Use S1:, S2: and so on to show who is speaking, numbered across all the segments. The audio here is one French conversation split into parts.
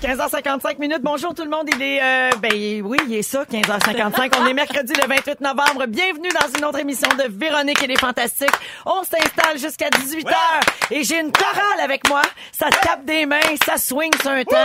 S1: 15h55 minutes. Bonjour tout le monde. Il est, euh, ben oui, il est ça, 15h55. On est mercredi le 28 novembre. Bienvenue dans une autre émission de Véronique et les Fantastiques. On s'installe jusqu'à 18h et j'ai une chorale avec moi. Ça tape des mains, ça swing sur un temps.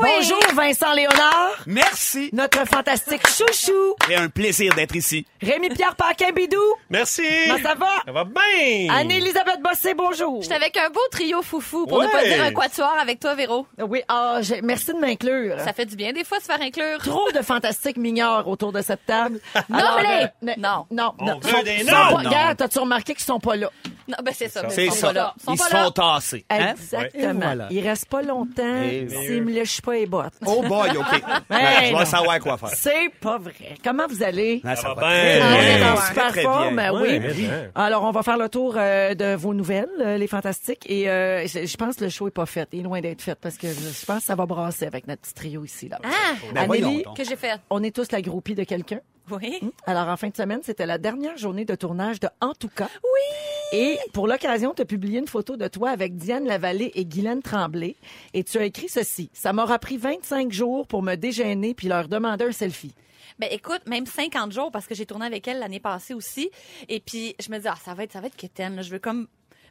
S2: oui.
S1: Bonjour Vincent Léonard,
S3: Merci.
S1: notre fantastique chouchou,
S3: C'est un plaisir d'être ici.
S1: Rémi-Pierre Paquin-Bidou.
S4: Merci.
S1: Comment ça va?
S4: Ça va bien.
S1: Anne-Elisabeth Bossé, bonjour.
S2: J'étais avec un beau trio foufou, pour ne
S4: Ouais.
S2: pas dire un quatuor avec toi, Véro.
S1: Oui, ah, j'ai- merci de m'inclure.
S2: Ça fait du bien des fois se faire inclure.
S1: trop de fantastiques mignards autour de cette table.
S2: Non, mais-
S1: euh, ne-
S2: non.
S1: Non,
S4: On
S1: non.
S4: veut
S1: Sont-
S4: des
S1: sont
S4: noms.
S1: pas-
S3: Non.
S1: Regarde, t'as-tu remarqué qu'ils sont pas là?
S2: Non, ben c'est ça. mais
S3: C'est
S2: ils sont
S3: ça.
S2: pas là. Ils sont
S3: Ils
S2: pas
S3: se
S2: là.
S3: font tasser. hein?
S1: Exactement.
S3: Et voilà.
S1: Il reste pas longtemps
S3: Et
S1: s'ils me lèchent pas les bottes.
S3: Oh boy, OK.
S1: Ben,
S3: Ben, je
S1: non.
S3: vais savoir quoi faire.
S1: C'est pas vrai. Comment vous allez?
S3: Ah,
S4: Ça va
S3: très
S4: bien.
S3: bien.
S1: On est en
S2: Ouais.
S1: super
S3: Très, très
S1: forme,
S3: bien.
S1: oui.
S4: Ouais, mais bien.
S1: Alors, on va faire le tour euh, de vos nouvelles, euh, les fantastiques. Et euh, je je pense que le show est pas fait. Il est loin d'être fait parce que je je pense que ça va brasser avec notre petit trio ici. Là.
S2: Ah,
S3: Ben, voyons
S1: Amélie,
S3: donc.
S2: que j'ai fait.
S1: on est tous la groupie de quelqu'un.
S2: Oui.
S1: Alors, en fin de semaine, c'était la dernière journée de tournage de En tout cas. Oui! Et pour l'occasion, tu as publié une photo de toi avec Diane Lavallée et Guylaine Tremblay. Et tu as écrit ceci. Ça m'aura pris 25 jours pour me dégêner puis leur demander un selfie.
S2: Ben écoute, même 50 jours parce que j'ai tourné avec elle l'année passée aussi. Et puis je me dis ah ça va être ça va être quétaine. là. Je veux comme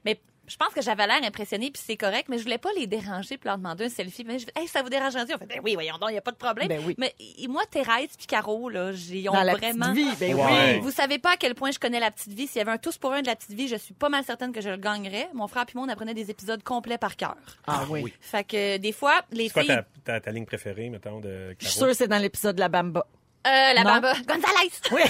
S2: mais je pense que j'avais l'air impressionnée puis c'est correct, mais je voulais pas les déranger puis leur demander un selfie. Mais je fais, hey, ça vous dérangerait On fait ben oui voyons donc il y a pas de problème.
S1: Ben oui.
S2: Mais et moi Thérèse puis Caro là, j'ai ont
S1: Dans la
S2: vraiment
S1: petite vie, ben oui.
S4: Ouais.
S2: Vous savez pas à quel point je connais la petite vie. S'il y avait un tous pour un de la petite vie, je suis pas mal certaine que je le gagnerais. Mon frère puis moi on apprenait des épisodes complets par cœur.
S1: Ah, oui.
S2: Fait que des fois les
S4: C'est quoi
S2: filles
S4: ta, ta, ta ligne préférée, mettons, de
S1: Je suis sûre
S4: Caro?
S1: que c'est dans l'épisode de la Bamba.
S2: Euh, la
S1: Non.
S2: bamba. Gonzalez!
S1: Oui.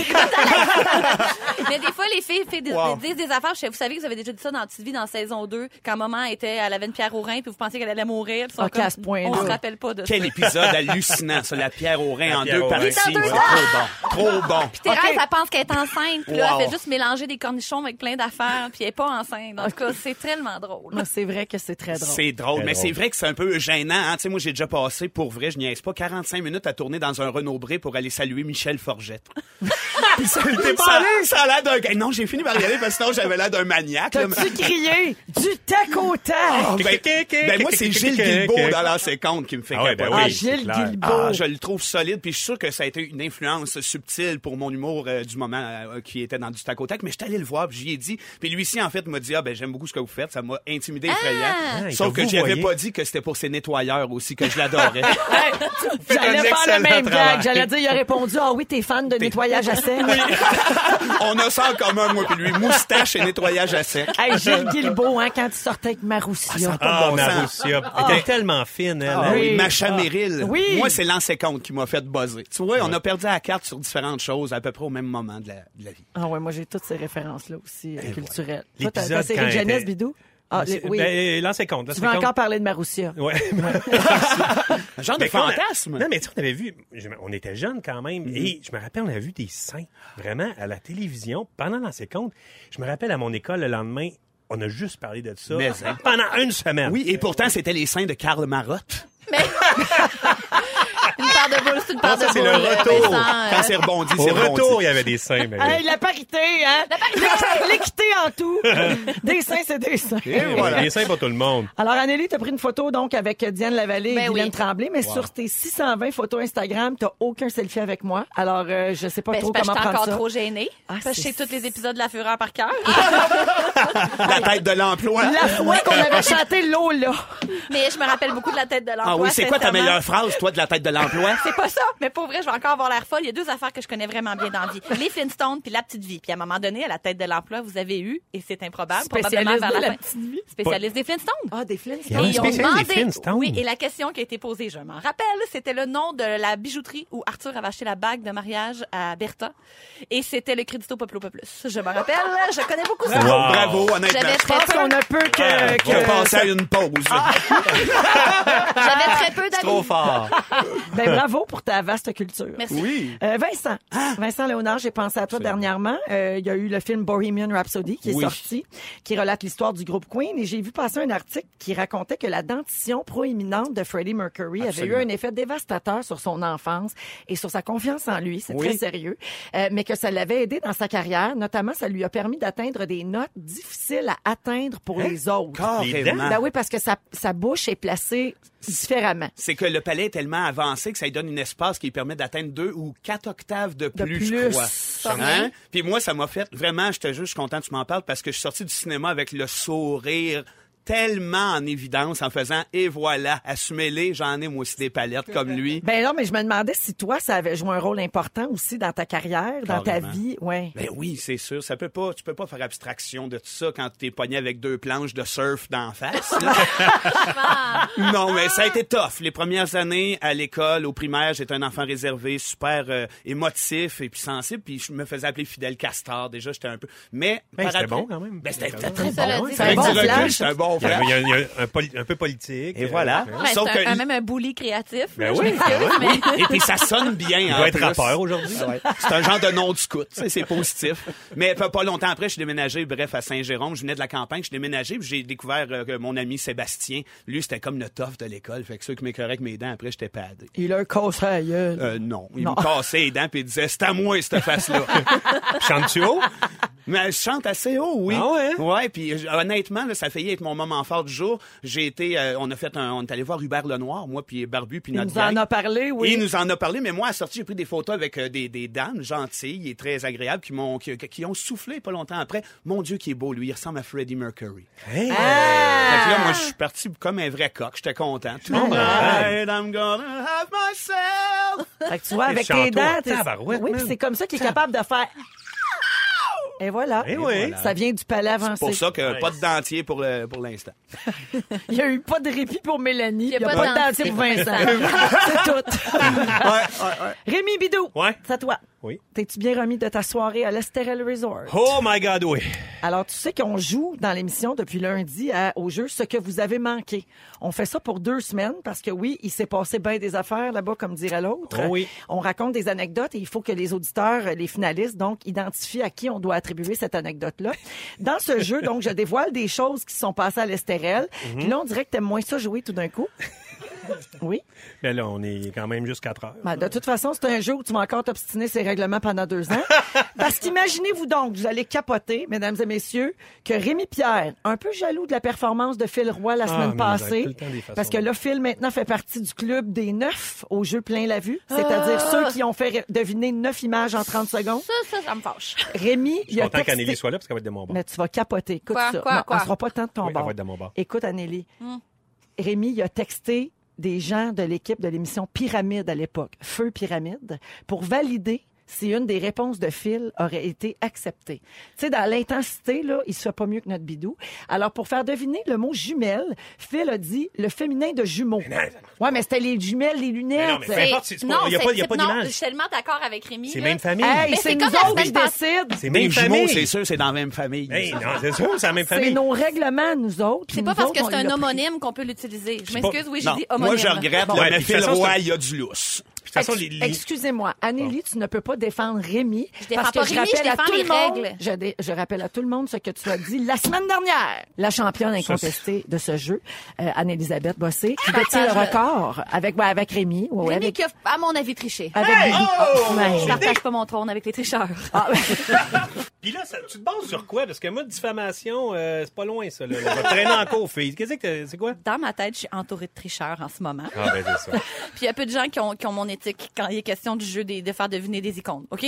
S2: Mais des fois, les filles, filles dis-
S3: Wow.
S2: disent des affaires. Je sais, Vous savez que vous avez déjà dit ça dans Petite Vie, dans saison 2, quand maman était, elle avait une pierre au rein, puis vous pensiez qu'elle allait mourir. puis ils sont
S1: Ok,
S2: comme,
S1: à ce point-là.
S2: on se rappelle pas de ça.
S3: Quel épisode hallucinant, ça, la pierre au rein en
S4: pierre
S3: deux
S4: au rein.
S3: parties.
S2: Dans deux
S3: C'est
S2: temps.
S3: trop bon. Trop bon.
S2: Puis Thérèse, elle pense qu'elle est enceinte, puis là,
S3: Wow.
S2: elle fait juste mélanger des cornichons avec plein d'affaires, puis elle est pas enceinte. En tout cas, c'est tellement drôle.
S1: Moi, Ah, c'est vrai que c'est très drôle.
S3: C'est drôle,
S4: Très
S3: mais
S4: drôle.
S3: c'est vrai que c'est un peu gênant. Hein? Tu sais, Moi, j'ai déjà passé, pour vrai, je niaise pas, 45 minutes à tourner dans un Renault Bré pour aller saluer Michel Forgette. Puis ça, t'es pas allé, ça a l'air d'un... gars- Non, j'ai fini par y aller parce que sinon, j'avais l'air d'un maniaque. là, mais-
S1: T'as-tu crié du tac au tac?
S3: Ben, ben, moi, c'est Gilles Guilbeault dans l'ancien compte qui me fait
S4: Ah ouais, ben
S3: capoter.
S1: ah,
S4: oui, c'est
S1: Gilles
S4: clair.
S1: Guilbeault.
S3: Ah, je le trouve solide, puis je suis sûr que ça a été une influence subtile pour mon humour euh, du moment euh, qui était dans du tac au tac, mais je suis allé le voir, puis j'y ai dit, puis lui ici en fait m'a dit ah ben j'aime beaucoup ce que vous faites, ça m'a intimidé, effrayant.
S4: Ah,
S3: Sauf
S4: que
S3: que
S4: vous
S3: j'y avais
S4: voyez.
S3: pas dit que c'était pour ses nettoyeurs aussi que je l'adorais.
S1: Hey, J'allais faire
S3: un
S1: le
S3: excellent
S1: même gag.
S3: travail.
S1: J'allais dire, il a répondu, ah oui, t'es fan de nettoyage à sec.
S3: On a ça en commun moi puis lui, moustache et nettoyage à sec.
S1: Hey, Gilles Guilbeault, hein, quand tu sortais avec Maroussia.
S4: Ah,
S3: bon
S4: ma
S3: sens.
S4: Roussia. Elle était tellement fine, elle.
S3: Ah
S4: hein.
S1: oui.
S3: oui, Macha Meryl.
S1: Oui.
S3: Moi, c'est l'ancien compte qui m'a fait buzzer. Tu vois, on a perdu la carte sur différentes choses à peu près au même moment de la, de la vie.
S1: Ah ouais, moi j'ai toutes ces références-là aussi euh, culturelles. Toi,
S4: L'épisode
S1: t'as ta série
S4: quand
S1: de jeunesse,
S4: était-
S1: Bidou? Ah, les- oui.
S4: Ben, l'ancien compte.
S1: tu veux encore parler de Maroussia?
S4: Ouais.
S3: Un genre de
S4: Mais quand on a-
S3: fantasme. Mhm.
S4: Non, mais tu sais, on avait vu, je me- on était jeunes quand même, et je me rappelle, on avait vu des seins, vraiment, à la télévision, pendant dans ces comptes. Je me rappelle, à mon école, le lendemain, on a juste parlé de ça
S3: Mais, hein.
S4: pendant une semaine.
S3: Oui, et pourtant, c'était les seins de Karl Marotte.
S2: Mais. une part de boule, c'est une part de
S3: Ça,
S2: boule.
S3: c'est le retour.
S2: hein.
S3: Quand c'est rebondi,
S4: Au
S3: c'est rebondi.
S4: retour, il y avait des seins. mais-
S1: Hey, la parité, hein? L'équité en tout. des seins, c'est des seins.
S3: Et voilà.
S4: Des seins pour tout le monde.
S1: Alors, Anneli, t'as pris une photo donc avec Diane Lavallée et
S2: Ben
S1: Guylaine
S2: oui.
S1: Tremblay, mais sur tes 620 photos Instagram, t'as aucun selfie avec moi. Alors, euh, je sais pas
S2: Ben,
S1: trop
S2: c'est parce
S1: comment
S2: que j'étais
S1: prendre
S2: encore
S1: ça. Ah,
S2: trop gênée. parce que je
S1: c'est- Ah.
S2: sais tous les épisodes de La Fureur par cœur.
S3: La tête de l'emploi.
S1: La fois Ah, qu'on avait chanté Lola.
S2: Mais je me rappelle beaucoup de la tête de l'emploi.
S3: Ah oui, c'est quoi ta
S2: sincèrement.
S3: meilleure phrase, toi, de la tête de l'emploi?
S2: C'est pas ça, mais pour vrai, je vais encore avoir l'air folle. Il y a deux affaires que je connais vraiment bien dans la vie. Les Flintstones puis la petite vie. Puis à un moment donné, à la tête de l'emploi, vous avez eu, et c'est improbable, probablement
S1: Spécialiste
S2: vers
S1: de
S2: la,
S1: la
S2: fin.
S1: petite vie.
S2: Spécialiste des Flintstones.
S1: Ah, des
S4: Il y
S1: Flintstones.
S4: a un
S2: Et ils ont
S4: spécialiste des
S2: demandé-
S4: Flintstones.
S2: Oui, et la question qui a été posée, je m'en rappelle, c'était le nom de la bijouterie où Arthur avait acheté la bague de mariage à Bertha. Et c'était le Crédito Popolo Plus. Je me rappelle, je connais beaucoup ça.
S4: Wow.
S3: Bravo, honnêtement.
S2: J'avais
S1: Je
S2: très,
S1: pense
S2: peu,
S1: qu'on a peu que...
S3: On
S1: que-
S3: passe à une pause.
S2: j'avais très peu d'amis.
S3: Ah, Trop fort.
S1: Ben, bravo. bravo pour ta vaste culture.
S2: Merci.
S3: Oui. Ah!
S1: Euh, Vincent, Vincent Léonard, j'ai pensé à toi dernièrement. Euh, Il y a eu le film Bohemian Rhapsody qui est
S3: Oui.
S1: sorti, qui relate l'histoire du groupe Queen. Et j'ai vu passer un article qui racontait que la dentition proéminente de Freddie Mercury
S3: Absolument.
S1: avait eu un effet dévastateur sur son enfance et sur sa confiance en lui. C'est
S3: Oui.
S1: très sérieux. Euh, mais que ça l'avait aidé dans sa carrière. Notamment, ça lui a permis d'atteindre des notes difficiles à atteindre pour
S3: Hein?
S1: les autres.
S3: Carrément.
S1: Ben oui, parce que sa, sa bouche est placée différemment.
S3: C'est que le palais est tellement avancé que ça lui donne un espace qui lui permet d'atteindre deux ou quatre octaves de plus, je
S1: plus.
S3: crois.
S1: Ça
S3: Hein? Puis moi, ça m'a fait vraiment, je te jure, je suis content que tu m'en parles parce que je suis sorti du cinéma avec le sourire tellement en évidence en faisant et voilà, assumez-les, j'en ai moi aussi des palettes comme lui.
S1: Ben non, mais je me demandais si toi, ça avait joué un rôle important aussi dans ta carrière, dans ta
S3: Carrément.
S1: vie. Ouais.
S3: Ben oui, c'est sûr. Ça peut pas, tu peux pas faire abstraction de tout ça quand t'es pogné avec deux planches de surf d'en face. là. non, mais ça a été tough. Les premières années à l'école, au primaire, j'étais un enfant réservé, super euh, émotif et puis sensible. Puis je me faisais appeler Fidèle Castor. Déjà, j'étais un peu. Mais
S4: Ben,
S3: par
S4: c'était
S3: après-
S4: bon, quand même.
S3: Ben, c'était
S4: C'était
S3: très bon.
S2: Cela
S4: bon,
S2: dit,
S4: ça
S1: fait
S2: c'est un
S1: bon
S2: bon
S3: Du recul,
S1: flash.
S3: j'étais un bon
S4: Il y a,
S3: frère.
S4: il y a- il y a un, poli- un peu politique.
S3: Et
S4: euh,
S3: voilà.
S4: ouais.
S2: Ouais,
S3: Sauf
S2: c'est
S3: que-
S2: un- un- même un bully créatif.
S4: Ben
S2: là, je
S4: oui,
S2: m'excuse, mais-
S3: Et puis ça sonne bien.
S4: Il
S3: en
S4: doit être
S3: plus.
S4: rappeur aujourd'hui.
S3: C'est un genre de nom de scout. tu sais, C'est positif. Mais pas, pas longtemps après, je suis déménagé, bref, à Saint-Jérôme. Je venais de la campagne, je suis déménagé, puis j'ai découvert euh, que mon ami Sébastien, lui, c'était comme le tof de l'école. Fait que ceux qui m'écœuraient avec mes dents, après, j'étais padé.
S1: Il a un casse à la gueule.
S3: Euh, non. Il
S1: Non.
S3: me cassait les dents, puis il disait, c'est à moi, cette face-là. Oh!
S4: Chante-tu haut?
S3: Mais je chante assez haut, oui.
S4: Ah
S1: hein?
S4: ouais?
S3: Ouais, puis euh, honnêtement, là, ça a failli être mon moment fort du jour. J'ai été, euh, on a fait un, on est allé voir Hubert Lenoir, moi, puis Barbu, puis
S1: Il
S3: notre
S1: nous en
S3: gang.
S1: a parlé, oui.
S3: Il nous en a parlé, mais moi, à la sortie, j'ai pris des photos avec euh, des, des dames gentilles et très agréables qui, m'ont, qui, qui ont soufflé pas longtemps après. Mon Dieu, qui est beau, lui. Il ressemble à Freddie Mercury.
S4: Hey.
S1: Ah!
S3: Fait que là, moi, je suis parti comme un vrai coq. J'étais content. Tout
S4: Oh,
S3: le monde, Right, I'm gonna have myself.
S1: Fait que tu vois, avec
S4: chanteau
S1: tes dents,
S4: en
S1: t'es-
S4: tabarouette,
S1: oui,
S4: man.
S1: puis c'est comme ça qu'il est
S3: Ah!
S1: capable de faire. Et voilà.
S4: Eh oui.
S1: Ça vient du palais avancé.
S3: Pour ça que pas de dentier pour, le- pour l'instant.
S1: Il n'y a eu pas de répit pour Mélanie. Il n'y a, pas, de dentier pour Vincent. c'est tout. Rémi Bidou.
S4: Ouais.
S1: C'est à toi.
S4: Oui.
S1: T'es-tu bien remis de ta soirée à l'Estérel Resort?
S4: Oh my God, oui.
S1: Alors, tu sais qu'on joue dans l'émission depuis lundi à- au jeu ce que vous avez manqué. On fait ça pour deux semaines parce que oui, il s'est passé bien des affaires là-bas, comme dirait l'autre.
S4: Oh oui.
S1: On raconte des anecdotes et il faut que les auditeurs, euh, les finalistes, donc, identifient à qui on doit attribuer cette anecdote-là. Dans ce jeu, donc, je dévoile des choses qui se sont passées à l'Estérel.
S4: Mhm.
S1: Puis là, on dirait que t'aimes moins ça jouer tout d'un coup. Oui.
S4: Ben là, on est quand même juste 4 heures.
S1: Ben, de toute façon, c'est un jeu où tu vas encore t'obstiner ces règlements pendant deux ans. Parce qu'imaginez-vous donc, vous allez capoter, mesdames et messieurs, que Rémi Pierre, un peu jaloux de la performance de Phil Roy la
S4: Ah,
S1: semaine
S4: mais il y a tout
S1: passée,
S4: le temps des façons. hein.
S1: parce que là, Phil maintenant fait partie du club des neuf au jeu plein la vue, c'est-à-dire
S4: Ah!
S1: ceux qui ont fait deviner neuf images en 30 secondes.
S2: Ça, ça, ça me fâche.
S1: Rémi,
S4: Je
S1: il
S4: suis
S1: a
S4: content
S1: texté-
S4: qu'Anneli soit là parce qu'elle va être de mon bord.
S1: mais tu vas capoter. Écoute
S2: Quoi,
S1: ça.
S2: quoi,
S1: Non,
S2: quoi? Hmm.
S1: On sera pas tant de ton
S4: Oui, elle
S1: bord.
S4: va être de mon bord.
S1: Écoute, Anneli. Rémi, il a texté des gens de l'équipe de l'émission Pyramide à l'époque, Feu Pyramide, pour valider si une des réponses de Phil aurait été acceptée. Tu sais, dans l'intensité, là, il se fait pas mieux que notre bidou. Alors, pour faire deviner le mot jumelle, Phil a dit le féminin de jumeau. Ouais, mais c'était les jumelles, les
S4: Mais
S1: lunettes.
S4: non, mais Peu importe, c'est- c'est pas-
S2: Non,
S4: y a pas- y a
S2: c'est-
S4: pas
S2: non,
S4: d'image.
S2: Je suis tellement d'accord avec Rémi.
S4: C'est
S2: là.
S4: même famille.
S1: Hey,
S2: Mais
S1: c'est
S2: c'est
S1: nous
S2: comme la
S1: autres qui
S2: semaine passée.
S1: décident.
S4: C'est
S3: Les
S4: même
S3: jumeaux,
S4: famille.
S3: c'est sûr, c'est dans la même famille.
S4: Hey, non, c'est sûr, c'est la même
S1: C'est
S4: famille.
S1: nos règlements, nous autres.
S2: C'est
S1: puis
S2: pas
S1: nous
S2: parce
S1: autres,
S2: que
S1: on
S2: c'est un
S1: l'a pris.
S2: homonyme qu'on peut l'utiliser. Je
S3: Pas-
S2: m'excuse, oui, j'ai
S3: Non.
S2: dit
S3: Moi,
S2: homonyme.
S3: je regrette,
S4: Bon,
S3: là,
S4: ouais,
S3: mais
S4: puis de
S3: Phil
S4: toute façon,
S3: Roy,
S4: c'est-
S3: il y a du lousse.
S4: Puis, De toute façon, les, les-
S1: Excusez-moi, Anneli, tu ne peux pas défendre Rémi.
S2: Je défends
S1: parce que
S2: pas
S1: je
S2: Rémi,
S1: rappelle
S2: je
S1: à
S2: défends
S1: tout
S2: les
S1: le monde,
S2: règles.
S1: Je, dé- je rappelle à tout le monde ce que tu as dit la semaine dernière. La championne incontestée de ce jeu, euh, Anne-Elisabeth Bossé, qui détient le
S2: partage-le.
S1: record avec, ouais, avec Rémi. ouais, ouais,
S2: Rémi
S1: avec,
S2: qui a, à mon avis, triché.
S1: avec Bibi. Oh,
S2: Je
S1: ouais.
S2: partage pas mon trône avec les tricheurs.
S1: Ah,
S4: Puis là, ça- tu te bases sur quoi? Parce que moi, diffamation, euh, c'est pas loin, ça. Là. On va traîner en cours, fille. Qu'est-ce que t'as- c'est quoi?
S2: Dans ma tête, je suis entourée de tricheurs en ce moment.
S4: Ah, ben, c'est ça.
S2: Puis il y a peu de gens qui ont, qui ont mon éthique quand il est question du jeu des- de, faire deviner des icônes, OK?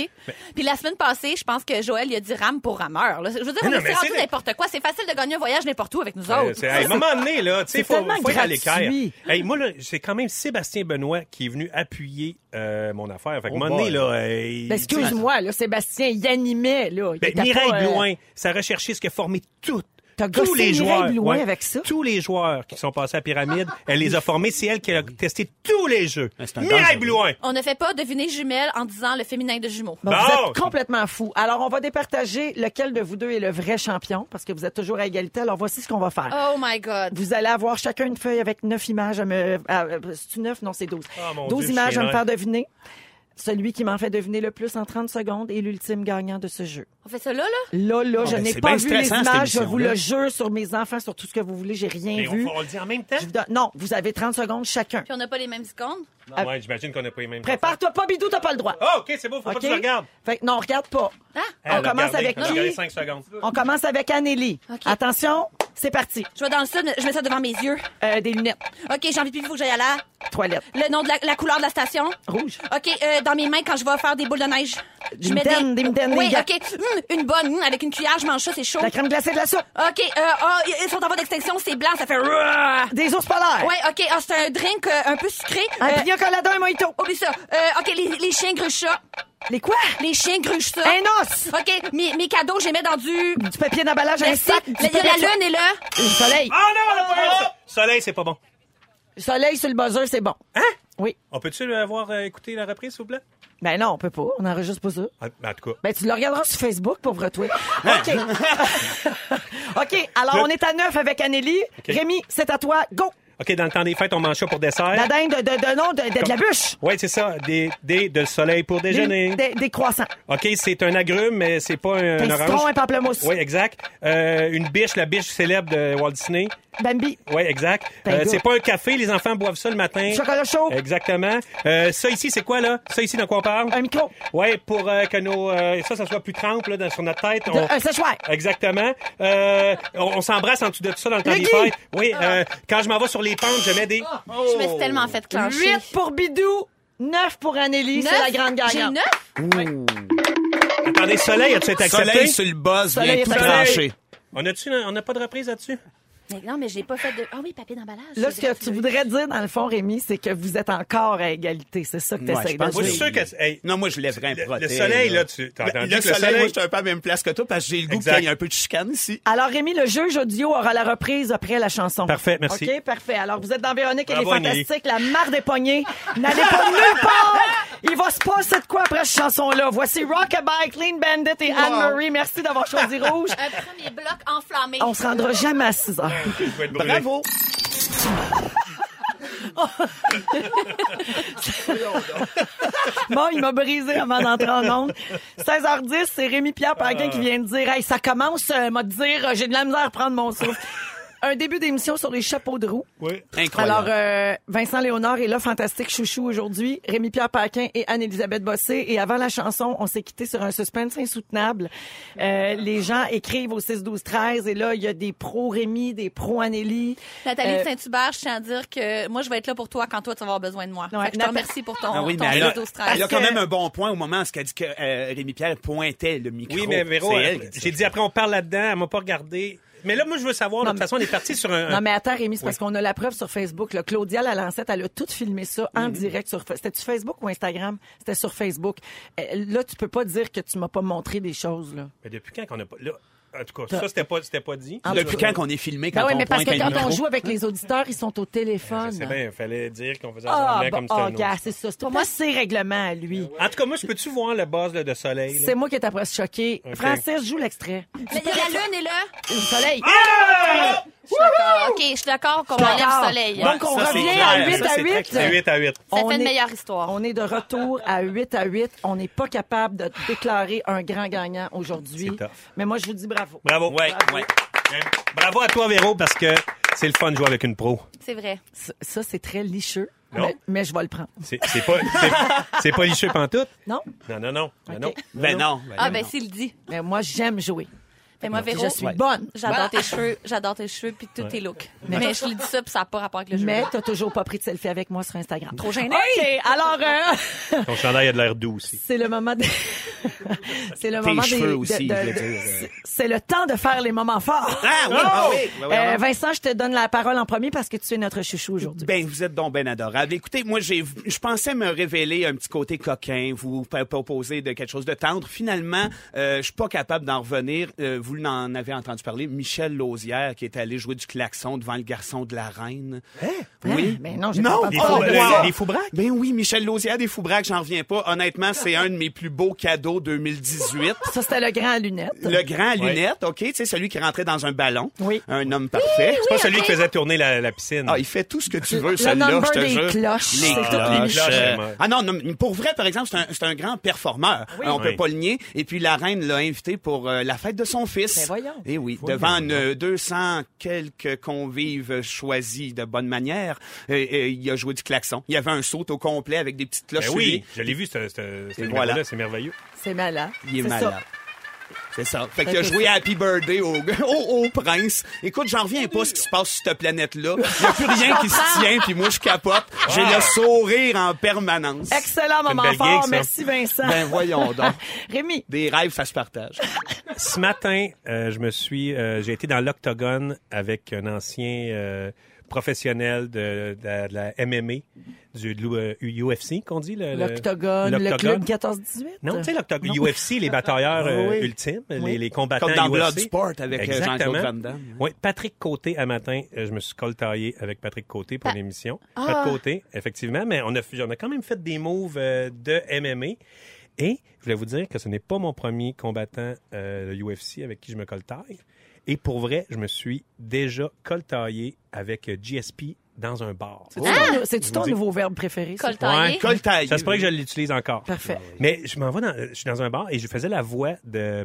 S2: Puis la semaine passée, je pense que Joël, il a dit rame pour rameur. là. Je veux dire,
S4: Mais non,
S2: on
S4: mais
S2: s'est rendu
S4: c'est-
S2: n'importe quoi. C'est facile de gagner un voyage n'importe où avec nous
S4: Euh,
S2: autres.
S4: c'est- hey, à un moment donné, là, tu
S1: C'est
S4: sais, faut,
S1: tellement
S4: faut être à l'équerre.
S1: gratuit.
S4: Hey, moi, là, c'est quand même Sébastien Benoît qui est venu appuyer euh, mon affaire. Fait que à un
S3: Oh
S4: moment donné,
S3: boy.
S4: là. hey,
S1: ben, Excuse-moi, là, Sébastien, il animait. Là, Il
S4: Ben,
S1: était pas,
S4: Mireille
S1: euh,
S4: Blouin, ça a recherché ce que formé toute
S1: T'as
S4: tous
S1: gossé
S4: les
S1: Mireille
S4: joueurs,
S1: Blouin
S4: ouais,
S1: avec ça?
S4: tous les joueurs qui sont passés à pyramide, elle les a formés. C'est elle qui a testé tous les jeux.
S3: Ah, c'est un
S4: Mireille
S3: danger.
S4: Blouin.
S2: On ne fait pas deviner jumelles en disant le féminin de jumeaux.
S1: Bon,
S4: Bon.
S1: Vous êtes complètement fou. Alors, on va départager lequel de vous deux est le vrai champion, parce que vous êtes toujours à égalité. Alors, voici ce qu'on va faire.
S2: Oh my God.
S1: Vous allez avoir chacun une feuille avec neuf images. à me- à- C'est-tu neuf? Non, c'est douze.
S4: Ah, mon
S1: Douze
S4: Dieu,
S1: images à me
S4: chien,
S1: faire deviner. Celui qui m'en fait deviner le plus en 30 secondes est l'ultime gagnant de ce jeu.
S2: On fait ça là, là?
S1: Là, là, je
S3: ben,
S1: n'ai
S3: c'est
S1: pas
S3: bien
S1: vu les
S3: stressant, cette
S1: images. Je vous
S3: émission-là.
S1: le jure sur mes enfants, sur tout ce que vous voulez. J'ai rien
S4: Mais
S1: vu.
S4: on, on le dit en même temps?
S1: Je vous donne- Non, vous avez 30 secondes chacun.
S2: Puis on n'a pas les mêmes secondes.
S4: Ah, ouais, j'imagine qu'on n'a pas les mêmes.
S1: Prépare-toi pas, Bidou, t'as pas le droit.
S4: Ah, OK, c'est beau, faut pas que tu le regardes.
S1: Fait que non, regarde pas.
S2: Ah!
S4: Elle a
S1: on commence
S4: regardé,
S1: avec
S4: elle a regardé
S1: qui?
S4: cinq secondes.
S1: On commence avec Anneli.
S2: OK.
S1: Attention, c'est parti.
S2: Je vais dans le sud, je mets ça devant mes yeux.
S1: Euh, des lunettes,
S2: OK, j'ai envie de il faut que j'aille à la...
S1: toilettes,
S2: Le nom de la, la couleur de la station.
S1: rouge.
S2: OK, euh, dans mes mains, quand je vais faire des boules de neige,
S1: Des
S2: je mets
S1: mitaines, des mitaines, des
S2: Oui,
S1: gants.
S2: OK. Hum, une bonne, hum, avec une cuillère, je mange ça, c'est chaud.
S1: La crème glacée de la soupe.
S2: OK, euh, ah, ils sont en voie d'extinction, c'est blanc, ça fait... Ruah!
S1: Des ours polaires.
S2: Ouais, OK, ah, c'est un drink euh, un peu sucré.
S1: Un
S2: Euh,
S1: pina colada, un mojito.
S2: oublie ça. Euh, OK, les, les chiens gruchent ça.
S1: Les quoi?
S2: Les chiens gruchent ça.
S1: Un os.
S2: OK, mes, mes cadeaux, je les mets dans du...
S1: Du papier d'emballage, un
S2: Merci.
S1: sac. du
S2: Il y a la
S1: papier-
S2: lune Oh! est là.
S1: Le soleil.
S4: Ah non, on n'a pas eu ça. Soleil, c'est pas bon.
S1: Le soleil sur le buzzer, c'est bon.
S4: Hein?
S1: Oui.
S4: On peut-tu avoir euh, écouté la reprise, s'il vous plaît?
S1: Ben non, on peut pas. On enregistre pas ça.
S4: Ah, ben, en tout cas.
S1: Ben, tu le regarderas sur Facebook, pauvre toi. OK. OK. Alors, on est à neuf avec Anneli. Rémi, c'est à toi. Go!
S4: OK, dans le temps des fêtes, on mange ça pour dessert.
S1: La dinde de, de, de- non, de, de- de la bûche.
S4: Oui, c'est ça. Des, des de soleil pour
S1: Des,
S4: déjeuner.
S1: des- des croissants.
S4: OK, c'est un agrume, mais c'est pas un,
S1: Un
S4: orange.
S1: citron, un pamplemousse.
S4: Oui, exact. Euh, une biche, la biche célèbre de Walt Disney.
S1: Bambi.
S4: Oui, exact.
S1: Ben,
S4: Euh,
S1: good.
S4: c'est pas un café, les enfants boivent ça le matin.
S1: Du chocolat chaud.
S4: Exactement. Euh, ça ici, c'est quoi, là? Ça ici, dans quoi on parle?
S1: Un micro.
S4: Oui, pour euh, que nos, euh, ça, ça soit plus trempe là, dans- sur notre tête.
S1: De-
S4: On-
S1: Un séchoir.
S4: Exactement. Euh, on on s'embrasse en dessous de tout ça dans le temps
S1: Le
S4: des
S1: Guy.
S4: fêtes. Oui, euh, quand je m'en vais sur les pentes, je mets des...
S2: Je me suis tellement fait clencher.
S1: 8 pour Bidou, 9 pour Anneli. C'est
S2: Neuf?
S1: la grande
S2: J'ai
S1: gagnante.
S2: neuf?
S4: Attendez, soleil, as-tu été accepté?
S3: Soleil sur le buzz,
S1: Soleil
S3: vient
S1: est
S3: tout
S1: accepté.
S3: tranché.
S4: On a-tu, on n'a pas de reprise là-dessus?
S2: Mais non, mais je l'ai pas fait de. Ah oui, papier d'emballage.
S1: Là, ce que tu voudrais dire, dans le fond, Rémi, c'est que vous êtes encore à égalité. C'est ça que tu
S3: Ouais, je
S1: essaies
S3: pense
S1: de
S4: Moi, je
S1: dire.
S4: suis sûr que... hey,
S3: Non, moi, je lèverais un
S4: Le-
S3: protège.
S4: le soleil, là, tu- t'as
S3: Le-
S4: entendu
S3: le
S4: que le
S3: soleil,
S4: soleil-
S3: moi, je suis un peu à la même place que toi parce que j'ai le goût
S4: Exact.
S3: qu'il y ait un peu de chicane ici.
S1: Alors, Rémi, le juge audio aura la reprise après la chanson.
S4: Parfait, merci.
S1: OK, parfait. Alors, vous êtes dans Véronique et les
S4: Bravo, Anneli.
S1: Fantastiques, la mare des poignées. N'allez pas nulle part! Il va se passer de quoi après cette chanson-là? Voici Rockabye, Clean Bandit et Anne-Marie. Merci d'avoir choisi Rouge.
S2: Un premier bloc enflammé.
S1: On se rendra jamais à 6 heures.
S4: je vais être brûlé.
S3: Bravo!
S1: Bon, il m'a brisé avant d'entrer en onde. 16h10, c'est Rémi Pierre Paquin qui vient de dire Hey, ça commence, euh, m'a dit dire, euh, j'ai de la misère à prendre mon souffle. Un début d'émission sur les chapeaux de roue.
S4: Oui.
S3: Incroyable.
S1: Alors, euh, Vincent Léonard est là, fantastique chouchou aujourd'hui. Rémi-Pierre Paquin et Anne-Élisabeth Bossé. Et avant la chanson, on s'est quitté sur un suspense insoutenable. Euh, les gens écrivent au 6-12-13 et là, il y a des pros-Rémi, des pros-Annélie.
S2: Nathalie
S1: Euh,
S2: de Saint-Hubert, je tiens à dire que moi, je vais être là pour toi quand toi, tu vas avoir besoin de moi.
S1: Ouais,
S2: Fait que je te
S1: Natha-
S2: remercie pour ton,
S3: Ah oui,
S2: ton
S3: mais elle a,
S2: 12-13.
S3: elle a quand
S1: Parce que-
S3: même un bon point au moment où elle dit que euh, Rémi Pierre pointait le micro.
S4: Oui, mais Véro,
S3: C'est
S4: elle-
S3: elle qui dit
S4: j'ai dit après, on parle là-dedans, elle m'a pas regardé. Mais là, moi, je veux savoir, de toute façon, on est parti sur un...
S1: Non, mais attends, Rémi, c'est parce qu'on a la preuve sur Facebook. Là. Claudia Lalancette, elle a tout filmé ça en
S4: Mm-hmm.
S1: direct sur... Fa- C'était-tu Facebook ou Instagram? C'était sur Facebook. Euh, Là, tu peux pas dire que tu m'as pas montré des choses, là.
S4: Mais depuis quand qu'on n'a pas... Là, en tout cas, ça, c'était pas, c'était pas dit.
S1: Ah,
S3: ça. Depuis quand qu'on est filmé quand
S1: Ben oui,
S3: on
S1: mais parce
S3: pointe
S1: que
S3: un
S1: quand on
S3: micro?
S1: joue avec les auditeurs, ils sont au téléphone.
S4: Je sais bien, il fallait dire qu'on faisait
S1: Ah,
S4: semblant
S1: bah,
S4: comme Ben c'était
S1: ah,
S4: un autre.
S1: gars, c'est ça. C'est Pour moi, c'est règlement à lui.
S4: En tout cas, moi, je peux-tu voir le buzz là, de soleil? là?
S1: C'est moi qui est après choqué.
S4: Ok.
S1: Francis joue l'extrait.
S2: Mais la lune est là.
S1: Le soleil.
S4: Ah!
S2: Je suis d'accord. OK, je suis d'accord qu'on enlève
S1: D'accord.
S2: le soleil.
S1: Donc, on
S3: Ça, c'est
S1: revient
S3: clair.
S1: à 8
S3: Ça,
S1: à
S3: c'est très
S1: 8.
S4: C'est 8 à 8.
S2: Ça
S1: on
S2: fait une
S1: est-
S2: meilleure histoire.
S1: On est de retour à 8 à 8. On n'est pas capable de déclarer un grand gagnant aujourd'hui.
S4: C'est tough.
S1: Mais moi, je vous dis bravo.
S4: Bravo.
S3: Ouais, ouais.
S4: Euh, Bravo à toi, Véro, parce que c'est le fun de jouer avec une pro.
S2: C'est vrai.
S3: Ben,
S1: Ça, ça, c'est très licheux.
S4: Non.
S1: Mais, mais je vais le prendre.
S4: C'est c'est pas, c'est- c'est pas liché pantoute.
S1: Non?
S4: Non, non, non. non, non.
S3: Ben non.
S2: Ah,
S3: non,
S2: ben,
S3: non.
S2: s'il le dit.
S1: Mais moi, j'aime jouer.
S2: Fais moi, Véro.
S1: Je suis bonne.
S2: oh, J'adore tes cheveux, j'adore tes cheveux puis tous tes looks. Mais je le dis ça puis ça n'a pas rapport avec le jeu.
S1: Mais t'as toujours pas pris de selfie avec moi sur Instagram.
S2: Trop gênant.
S1: OK, alors... euh,
S4: Ton chandail a de l'air doux aussi.
S1: C'est le moment de... c'est le moment des-
S3: cheveux
S1: de-
S3: aussi,
S1: de-
S3: je veux
S1: de-
S3: dire. euh.
S1: c'est- C'est le temps de faire les moments forts.
S3: Ah oui, ah oui. oui, oui, oui.
S1: Euh, Vincent, je te donne la parole en premier parce que tu es notre chouchou aujourd'hui.
S3: Ben, vous êtes donc ben adorable. Écoutez, moi, j'ai, je pensais me révéler un petit côté coquin, vous p- proposer de quelque chose de tendre. Finalement, euh, je suis pas capable d'en revenir. Euh, vous vous n'en avez entendu parler, Michel Lausière qui est allé jouer du klaxon devant le garçon de la reine. Oui.
S1: Ben non, j'ai pas entendu
S4: des
S1: parler
S4: fous-
S1: de
S4: le-
S1: ça.
S4: les foubraques.
S3: Ben oui, Michel Lausière des Foubraques, j'en reviens pas. Honnêtement, c'est un de mes plus beaux cadeaux 2018.
S1: Ça, c'était le grand à lunettes.
S3: Le grand à lunettes, OK? Tu sais, celui qui rentrait dans un ballon.
S1: Oui.
S3: Un homme parfait.
S4: C'est pas celui qui faisait tourner la, la piscine.
S3: Ah, il fait tout ce que tu veux,
S1: Le
S3: celui-là,
S1: number
S3: je te
S1: des
S3: jure.
S1: cloches.
S3: Les
S1: C'est toutes les
S3: cloches.
S4: cloches.
S3: euh,
S4: Ouais.
S3: Ah non, non, mais pour vrai, par exemple, c'est un, c'est un grand performeur. On peut
S4: Oui.
S3: pas le nier. Et puis la reine l'a invité pour euh, la fête de son fils.
S1: Ben voyons.
S3: Et oui, devant une 200 quelques convives choisis de bonne manière, euh, euh, il a joué du klaxon. Il y avait un saut au complet avec des petites cloches
S4: Ben
S3: sur lui.
S4: oui, je l'ai vu, ce, ce, ce
S3: Voilà.
S4: numéro-là, c'est merveilleux.
S1: C'est malade.
S3: Il est
S1: C'est
S3: malade.
S1: ça.
S3: C'est ça. Fait qu'il a joué Happy Birthday au, au, au prince. Écoute, j'en reviens pas ce qui se passe sur cette planète-là. Il n'y a plus rien qui se tient, puis moi, je capote. J'ai le sourire en permanence.
S1: Excellent moment
S4: belle
S1: fort.
S4: gig, ça.
S1: Merci, Vincent.
S3: Ben voyons donc.
S1: Rémi,
S3: Des rêves, ça se partage. Ben,
S4: Ce matin, euh, je me suis, euh, j'ai été dans l'octogone avec un ancien euh, professionnel de, de- de la MMA, du de l'U- euh, UFC qu'on dit. Le, le-
S1: l'Octogone, le
S4: l'octogone.
S1: Club 14-18.
S4: Non, tu sais, l'octogone, UFC, les batailleurs euh,
S3: euh, Oui.
S4: ultimes, les, les combattants
S3: Comme dans
S4: UFC.
S3: Bloodsport avec, euh, Jean-Claude
S4: Exactement.
S3: Van Damme. hein.
S4: Oui, Patrick Côté, à matin, euh, je me suis coltaillé avec Patrick Côté pour l'émission.
S3: Ah!
S4: Patrick Côté, effectivement, mais on a, fait- on a quand même fait des moves euh, de MMA. Et je voulais vous dire que ce n'est pas mon premier combattant euh, de UFC avec qui je me coltaille. Et pour vrai, je me suis déjà coltaillé avec euh, GSP dans un bar. Ah!
S1: C'est-tu ton- C'est-tu Ah! ton
S4: Vous
S1: nouveau verbe préféré? ça?
S2: Col taillé.
S4: Ouais.
S3: Col taillé.
S4: Ça se pourrait que je l'utilise encore.
S1: Parfait.
S4: Mais je m'en vais dans, je suis dans un bar et je faisais la voix de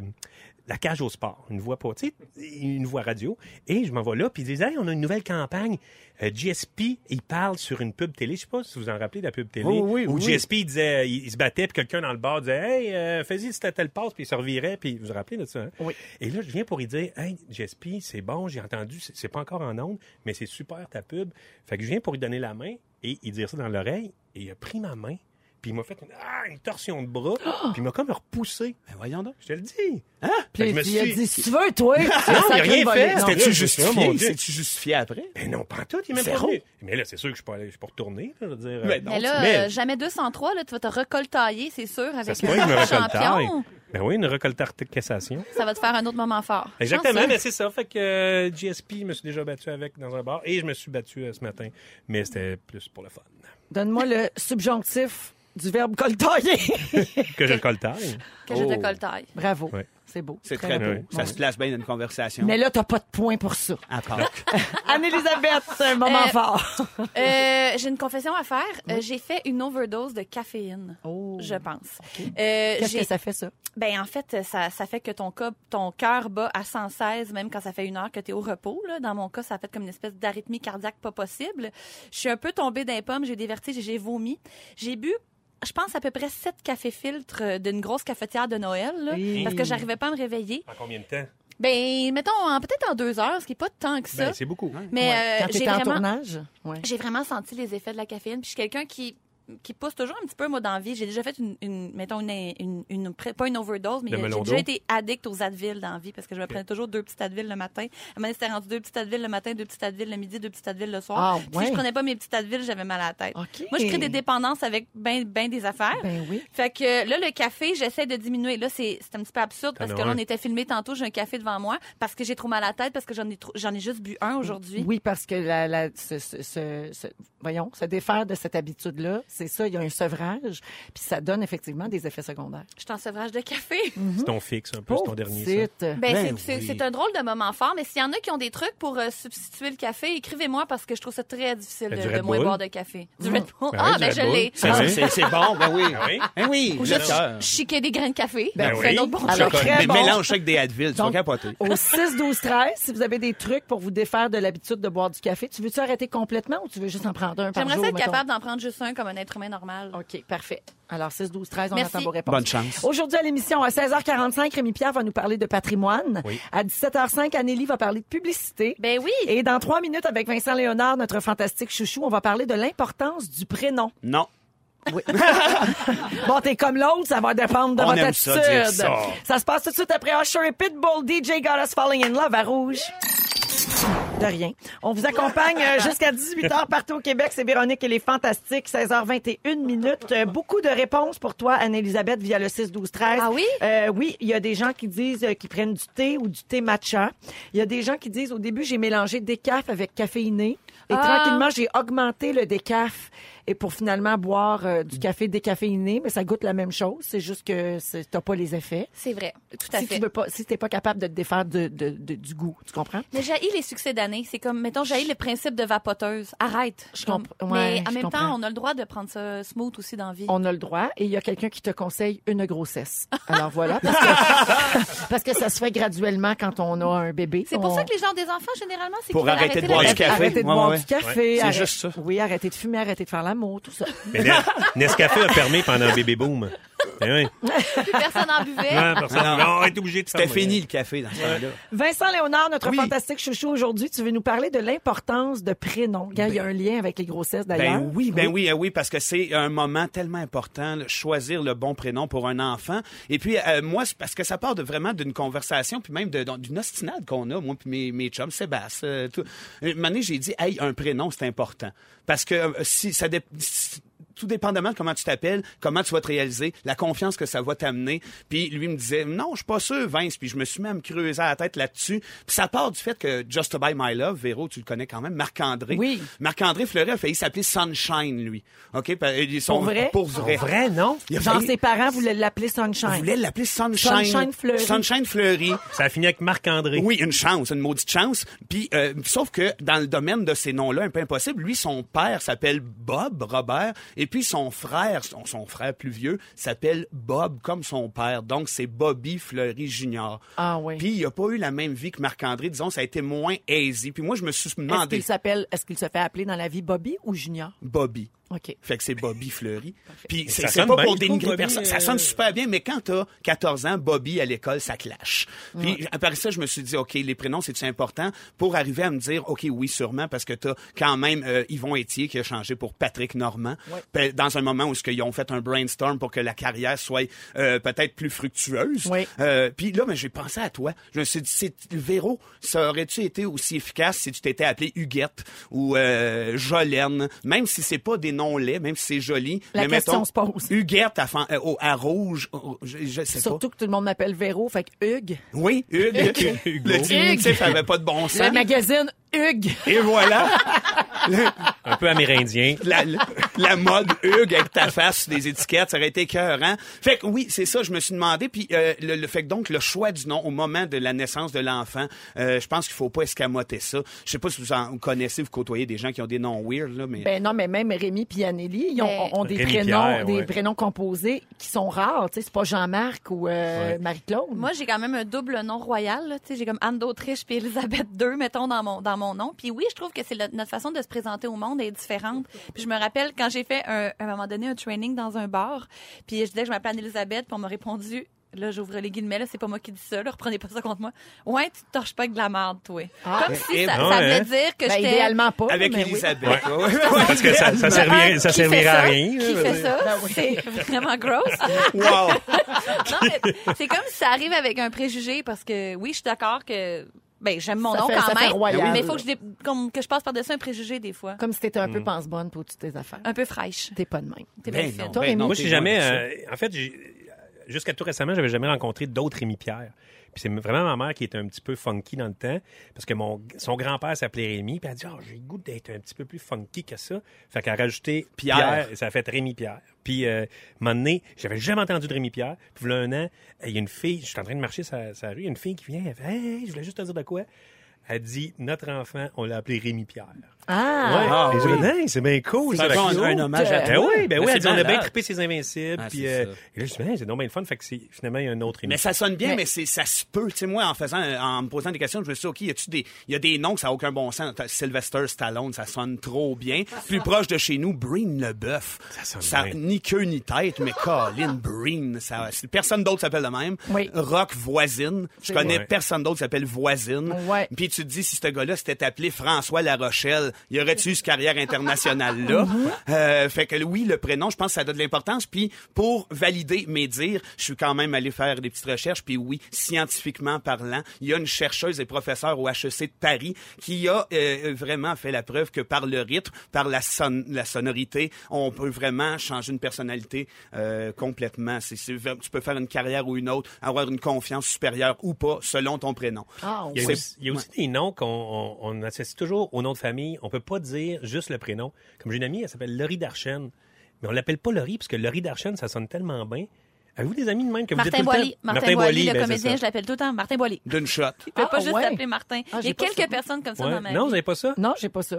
S4: la cage au sport, une voix pour, tu sais, une voix radio. Et je m'en vais là, puis ils disent, hey, on a une nouvelle campagne. Euh, GSP, il parle sur une pub télé. Je sais pas si vous en rappelez de la pub télé.
S3: Oui, oui,
S4: où
S3: oui.
S4: GSP, il disait, il, il se battait, puis quelqu'un dans le bar disait, hey, euh, fais-y si t'as telle passe, puis il se revirait, puis vous vous rappelez de ça, hein?
S1: Oui.
S4: Et là, je viens pour y dire, hey, GSP, c'est bon, j'ai entendu, c'est c'est pas encore en onde, mais c'est super ta pub. Fait que je viens pour lui donner la main et il dire ça dans l'oreille, et il a pris ma main, puis il m'a fait une, ah, une torsion de bras, puis il m'a comme repoussé.
S3: Ben voyons donc.
S4: Je te le dis. Hein?
S1: Puis
S4: je me
S1: il a
S4: suis-
S1: dit, si tu veux, toi. tu es
S4: Non, il a
S1: sacré
S4: rien
S1: volé.
S4: fait.
S1: Eh, Non.
S4: C'était-
S3: T'es-tu
S4: Dieu, mon
S3: justifié?
S4: Dieu.
S3: C'est-tu justifié après?
S4: Mais non, pas en tout, il est même pas
S3: Zéro.
S4: venu. Mais là, c'est sûr que je suis pas allé, je suis pas retourné, là, je veux dire.
S3: Mais
S4: euh,
S3: non.
S2: Mais là,
S4: Mais-
S2: euh, jamais 203, là, tu vas te recoltailler, c'est sûr,
S4: Ça
S2: avec
S4: se peut que je me
S2: un
S4: récoltaille.
S2: champion.
S4: Ben oui, une récolte de cassation.
S2: Ça va te faire un autre moment fort.
S4: Exactement,
S2: Chanceux.
S4: mais c'est ça. Fait que euh, GSP, je me suis déjà battu avec dans un bar et je me suis battu euh, ce matin, mais c'était plus pour le fun.
S1: Donne-moi le subjonctif du verbe coltailler.
S4: Que je le coltaille.
S2: Que je te
S3: Oh.
S2: coltaille.
S1: Bravo.
S4: Ouais.
S1: C'est beau.
S3: C'est très beau.
S4: Oui.
S3: Ça se place bien dans une conversation.
S1: Mais là, t'as pas de point pour ça.
S3: À part.
S1: Anne-Elisabeth, c'est un moment
S2: Euh,
S1: fort.
S2: Euh, j'ai une confession à faire. Euh, j'ai fait une overdose de caféine.
S1: Oh.
S2: Je pense. Euh,
S1: Qu'est-ce
S2: j'ai-
S1: que ça fait, ça?
S2: Ben en fait, ça, ça fait que ton co- ton cœur bat à 116 même quand ça fait une heure que tu es au repos. Là. Dans mon cas, ça a fait comme une espèce d'arythmie cardiaque pas possible. Je suis un peu tombée d'un pomme, j'ai eu des vertiges, et j'ai vomi. J'ai bu je pense à peu près sept cafés filtres d'une grosse cafetière de Noël, là,
S1: Hey.
S2: parce que j'arrivais pas à me réveiller.
S4: En combien de temps?
S2: Ben, mettons, en- peut-être en deux heures, ce qui est pas tant que ça.
S4: Ben, c'est beaucoup.
S2: mais euh,
S1: Quand
S2: j'ai
S1: t'étais en
S2: vraiment,
S1: tournage? Ouais.
S2: j'ai vraiment senti les effets de la caféine. Puis je suis quelqu'un qui qui pousse toujours un petit peu moi dans la vie. J'ai déjà fait une, une- mettons une, une, une- pré- pas une overdose mais
S4: Le
S2: j'ai
S4: melon d'eau.
S2: déjà été addict aux Advil dans la vie parce que je me prenais toujours deux petits Advil le matin. À un moment donné, c'était rendu deux petits Advil le matin, deux petits Advil le midi, deux petits Advil le soir.
S1: Ah,
S2: Puis
S1: ouais.
S2: Si je prenais pas mes petits Advil, j'avais mal à la tête.
S1: OK.
S2: Moi, je crée des dépendances avec ben ben des affaires.
S1: Ben oui.
S2: Fait que euh, là, le café, j'essaie de diminuer. Là, c'est c'est un petit peu absurde parce
S4: as
S2: que là,
S4: un.
S2: on était filmé tantôt, j'ai un café devant moi parce que j'ai trop mal à la tête, parce que j'en ai, trop- j'en ai juste bu un aujourd'hui.
S1: Oui, parce que la, la- ce- ce- ce- ce- voyons, se défaire de cette habitude-là, c'est ça, il y a un sevrage, puis ça donne effectivement des effets secondaires.
S2: Je suis en sevrage de café.
S4: C'est ton fixe un peu, c'est ton dernier. ça.
S1: Petite.
S2: Ben,
S4: Ben
S2: c'est- c'est
S4: oui.
S2: c'est un drôle de moment fort, mais s'il y en a qui ont des trucs pour euh, substituer le café, écrivez-moi parce que je trouve ça très difficile
S4: Ben,
S2: de,
S4: du
S2: de
S4: Red
S2: moins
S4: Bull.
S2: boire de café. Du Red Bull.
S4: Ben oui,
S2: ah,
S4: du
S2: ben
S4: Red
S2: je
S4: Bull.
S2: l'ai.
S4: Ben
S3: Ah,
S4: oui.
S3: c'est c'est bon, ben oui.
S4: Ah oui?
S3: Ben oui,
S2: Ou
S3: le
S2: juste
S3: cœur.
S2: chiquer des grains de café.
S4: Ben
S2: c'est
S4: oui.
S2: un autre bon
S1: Alors,
S2: truc.
S1: très
S3: Mais
S1: bon.
S3: mélange ça avec des Advil, tu vas
S1: Donc, oh.
S3: capoter.
S1: Au 6, 12, 13, si vous avez des trucs pour vous défaire de l'habitude de boire du café, tu veux-tu arrêter complètement ou tu veux juste en prendre un par jour?
S2: J'aimerais ça être
S1: mettons?
S2: capable d'en prendre juste un comme un être humain normal.
S1: OK, parfait. Alors, 6, 12, 13, on
S2: Merci.
S1: attend vos réponses.
S3: Bonne chance.
S1: Aujourd'hui, à l'émission, à 16h45, Rémi Pierre va nous parler de patrimoine.
S4: Oui.
S1: À 17h05, Anélie va parler de publicité.
S2: Ben oui.
S1: Et dans trois minutes, avec Vincent Léonard, notre fantastique chouchou, on va parler de l'importance du prénom.
S3: Non.
S1: Bon, t'es comme l'autre, ça va dépendre de
S3: Ah. On
S1: votre
S3: aime
S1: attitude.
S3: ça dire ça.
S1: Ça se passe tout de suite après Usher et Pitbull. DJ Got Us Falling in Love à Rouge. De rien. On vous accompagne euh, jusqu'à 18h partout au Québec. C'est Véronique et les Fantastiques, 16h21 minutes. Euh, beaucoup de réponses pour toi, Anne-Élisabeth, via le 6-12-13.
S2: Ah oui?
S1: Euh, oui, il y a des gens qui disent euh, qu'ils prennent du thé ou du thé matcha. Il y a des gens qui disent, au début, j'ai mélangé décaf avec caféiné. Et
S2: Ah!
S1: tranquillement, j'ai augmenté le décaf et pour finalement boire euh, du café décaféiné, mais ça goûte la même chose. C'est juste que c'est- t'as pas les effets.
S2: C'est vrai, tout à
S1: si
S2: fait.
S1: tu veux pas, si t'es pas capable de te défaire de- de- de- du goût, tu comprends?
S2: Mais j'ai les succès d'année. C'est comme, mettons, j'ai le principe de vapoteuse. Arrête.
S1: Je
S2: Comme-
S1: comprends. Ouais,
S2: Mais en
S1: je
S2: même temps,
S1: comprends.
S2: on a le droit de prendre ça smooth aussi dans la vie.
S1: on a le droit et il y a quelqu'un qui te conseille une grossesse. Alors voilà, parce que, parce que ça se fait graduellement quand on a un bébé.
S2: C'est pour
S1: On-
S2: ça que les gens des enfants, généralement, c'est
S3: Pour
S2: qu'ils veulent
S3: arrêter de
S2: la
S3: boire du
S2: vie.
S1: Arrêtez-
S3: café.
S1: Arrêtez de
S3: Ouais,
S1: boire
S3: ouais,
S1: du
S3: ouais.
S1: café.
S3: C'est
S1: arrête-
S3: juste ça.
S1: Oui, arrêtez de fumer, arrêtez de faire l'amour, tout ça.
S4: Mais Ne- Nescafé a fermé pendant Bébé Boom. Eh oui.
S2: Plus personne en buvait.
S4: Non, personne-
S3: Non.
S4: non, on est obligé de
S3: C'était
S4: fermer.
S3: fini le café dans ce temps-là.
S1: Vincent Léonard, notre
S3: Oui.
S1: fantastique chouchou aujourd'hui, tu veux nous parler de l'importance de prénoms. Gars, il y a un lien avec les grossesses d'ailleurs.
S3: Ben oui, ben oui, euh, oui, parce que c'est un moment tellement important, là, choisir le bon prénom pour un enfant. Et puis, euh, moi, c'est parce que ça part de, vraiment d'une conversation, puis même de- dans- d'une ostinade qu'on a, moi puis mes, mes chums, Sébastien, euh, tout. Une année, j'ai dit, hey, un prénom, c'est important. Parce que euh, si ça dé- si- tout dépendamment de comment tu t'appelles, comment tu vas te réaliser, la confiance que ça va t'amener. Puis lui me disait, non, je suis pas sûr, Vince. Puis je me suis même creusé à la tête là-dessus. Puis ça part du fait que Just By My Love, Véro, tu le connais quand même, Marc-André.
S1: Oui.
S3: Marc-André Fleury a failli s'appeler Sunshine, lui. OK? Pa- Ils sont
S1: Pour vrai?
S3: Pour vrai.
S4: Vrai, non?
S3: Il a
S1: Genre,
S3: failli-
S1: ses parents voulaient l'appeler
S3: ils
S1: Sunshine.
S3: voulaient l'appeler Sunshine.
S1: Sunshine Fleury.
S3: Sunshine Fleury.
S4: Ça a fini avec Marc-André.
S3: Oui, une chance, une maudite chance. Puis, euh, sauf que dans le domaine de ces noms-là, un peu impossible, lui, son père s'appelle Bob, Robert, et puis son frère, son, son frère plus vieux, s'appelle Bob comme son père. Donc, c'est Bobby Fleury Junior.
S1: Ah oui.
S3: Puis, il n'a pas eu la même vie que Marc-André. Disons, ça a été moins easy. Puis moi, je me suis
S1: Est-ce
S3: demandé...
S1: qu'il s'appelle, est-ce qu'il se fait appeler dans la vie Bobby ou Junior?
S3: Bobby.
S1: OK.
S3: Fait que c'est Bobby Fleury. Puis c'est
S4: ça
S3: c'est
S4: sonne
S3: pas
S4: bien,
S3: pour
S4: je
S3: dénigrer
S4: trouve, Bobby,
S3: personne. Ça
S4: euh,
S3: sonne super bien, mais quand t'as 14 ans, Bobby à l'école, ça clash. Puis à part ça, je me suis dit, OK, les prénoms, c'est-tu important? Pour arriver à me dire, OK, oui, sûrement, parce que t'as quand même euh, Yvon Étier qui a changé pour Patrick Normand. Puis, Dans un moment où ils ont fait un brainstorm pour que la carrière soit euh, peut-être plus fructueuse.
S1: Oui.
S3: Euh, puis là, mais j'ai pensé à toi. Je me suis dit, c'est Véro, ça aurait-tu été aussi efficace si tu t'étais appelé Huguette ou euh, Jolène, même si c'est pas des noms laids, même si c'est joli.
S1: La
S3: mais
S1: question
S3: mettons,
S1: se pose.
S3: Huguette à, fan- euh, au- à rouge, au- je, je sais
S1: Surtout
S3: pas.
S1: que tout le monde m'appelle Véro, fait que Hugues.
S3: Oui, Hugues.
S4: Hugo.
S3: Le diminutif avait pas de bon
S1: Le
S3: sens.
S1: magazine Hugues.
S3: Et voilà,
S4: Un peu amérindien.
S3: la, la- la mode Hugues avec ta face sur des étiquettes, ça aurait été écœurant. Fait que oui, c'est ça, je me suis demandé. Puis euh, le, le fait que donc le choix du nom au moment de la naissance de l'enfant, euh, je pense qu'il faut pas escamoter ça. Je sais pas si vous en connaissez, vous côtoyez des gens qui ont des noms weird, là, mais...
S1: Ben non, mais même Rémi Pianelli, ils ont,
S2: Ben-
S1: ont des
S4: Rémi
S1: prénoms,
S4: Pierre,
S1: des
S4: ouais.
S1: prénoms composés qui sont rares. Tu sais, c'est pas Jean-Marc ou euh, Marie-Claude.
S2: Moi, j'ai quand même un double nom royal. là. Tu sais, J'ai comme Anne d'Autriche puis Elisabeth II, mettons, dans mon, dans mon nom. Puis oui, je trouve que c'est le- notre façon de se présenter au monde est différente. Puis je me rappelle quand j'ai fait, un, à un moment donné, un training dans un bar. Puis je disais que je m'appelais Anne-Elisabeth, puis on m'a répondu... Là, j'ouvre les guillemets, là, c'est pas moi qui dis ça, là, reprenez pas ça contre moi. Ouais, tu te torches pas avec de la merde, toi.
S1: Ah.
S2: Comme
S3: Eh
S2: si ça,
S4: ben,
S2: ça
S4: ouais,
S2: voulait
S4: hein.
S2: dire que
S1: Ben,
S2: j'étais.
S1: idéalement pas.
S3: Avec
S1: mais oui.
S3: Elisabeth.
S4: Ouais.
S3: Ouais, ouais, ouais.
S4: Parce que ça, ça, servirait, ça
S2: Qui fait
S4: servirait à rien.
S2: Qui
S4: là, je veux
S2: fait
S4: dire.
S2: ça?
S1: Ben,
S2: C'est vraiment gross.
S3: Wow.
S2: Non, mais c'est comme si ça arrive avec un préjugé parce que oui, je suis d'accord que ben j'aime mon
S1: Ça
S2: nom
S1: fait- ça
S2: quand
S1: fait
S2: même,
S1: royal.
S2: mais il faut que je dé- comme- que je passe par-dessus un préjugé des fois.
S1: Comme si t'étais
S4: Mm.
S1: un peu pense-bonne pour toutes tes affaires.
S2: Un peu fraîche.
S1: T'es pas de même.
S2: T'es
S3: Ben
S2: bien fine.
S3: non,
S1: Toi,
S3: ben
S1: Rémi.
S3: non,
S4: Moi,
S3: t'es
S4: j'ai
S3: loin
S4: jamais.
S3: de ça.
S4: euh, en fait, j'ai- jusqu'à tout récemment, j'avais jamais rencontré d'autres Rémi Pierre. Puis c'est vraiment ma mère qui était un petit peu funky dans le temps, parce que mon, son grand-père s'appelait Rémi, puis elle a dit Ah, j'ai le goût d'être un petit peu plus funky que ça. Fait qu'elle a rajouté Pierre,
S3: Pierre.
S4: et ça a fait Rémi Pierre. Puis, euh, un moment donné, j'avais jamais entendu de Rémi Pierre. Puis, là, un an, il y a une fille, je suis en train de marcher sa, sa rue, il y a une fille qui vient, elle fait Hey, hey, je voulais juste te dire de quoi. Elle dit Notre enfant, on l'a appelé Rémi Pierre.
S1: Ah!
S4: Ouais.
S3: ah
S4: Et je
S3: oui.
S4: dis, Hey, c'est bien cool.
S3: Ça
S4: Fait
S3: fait
S4: que-
S3: un, un hommage à
S4: ben
S3: toi.
S4: oui, ben
S3: Mais
S4: oui,
S3: c'est
S4: elle dit, on a bien
S3: malade.
S4: trippé ses invincibles.
S3: Ah,
S4: puis,
S3: c'est
S4: euh,
S3: ça.
S4: et là, je me dis, Hey, c'est donc bien le fun. Fait que c'est- finalement, il y a un autre
S3: Mais
S4: émission.
S3: ça sonne bien, mais, c'est ça se peut. Tu sais, moi, en faisant, en me posant des questions, je me suis dit, OK, y a-tu des, y a des noms que ça n'a aucun bon sens? T'as Sylvester Stallone, ça sonne trop bien. Plus proche de chez nous, Breen Leboeuf.
S4: Ça sonne bien.
S3: Ni queue ni tête, mais Colin Breen. Ça, c'est- personne d'autre s'appelle le même.
S1: Oui.
S3: Rock Voisine. Je connais
S4: vrai.
S3: personne d'autre qui s'appelle Voisine.
S1: Ouais.
S3: Puis tu tu te dis, si ce gars-là s'était appelé François La Rochelle, il aurait-tu eu cette carrière internationale-là?
S4: Mhm.
S3: Euh, fait que oui, le prénom, je pense que ça donne de l'importance. Puis pour valider mes dires, je suis quand même allé faire des petites recherches. Puis oui, scientifiquement parlant, il y a une chercheuse et professeure au HEC de Paris qui a euh, vraiment fait la preuve que par le rythme, par la, son- la sonorité, on peut vraiment changer une personnalité euh, complètement. C'est- c'est vrai- tu peux faire une carrière ou une autre, avoir une confiance supérieure ou pas selon ton prénom.
S4: Il y a
S3: C'est-
S4: aussi, il y a aussi des noms qu'on on, on associe toujours au nom de famille. On peut pas dire juste le prénom. Comme j'ai une amie, elle s'appelle Laurie Darchen. Mais on l'appelle pas Laurie parce que Laurie Darchen, ça sonne tellement bien. Avez-vous des amis de même que vous dites
S2: Martin
S4: tout le temps-
S2: Boily. Martin Boily, le
S4: ben, c'est
S2: comédien,
S4: ça.
S2: je l'appelle tout le temps Martin Boily.
S3: D'une shot.
S2: Il peut
S1: Ah,
S2: pas juste
S1: ouais.
S2: s'appeler Martin.
S1: Ah,
S2: Il y
S1: j'ai
S2: a
S1: pas
S2: quelques
S1: ça.
S2: personnes comme ça
S4: Ouais.
S2: dans ma vie. Mm.
S4: Non, vous n'avez pas ça?
S1: Non, j'ai pas ça.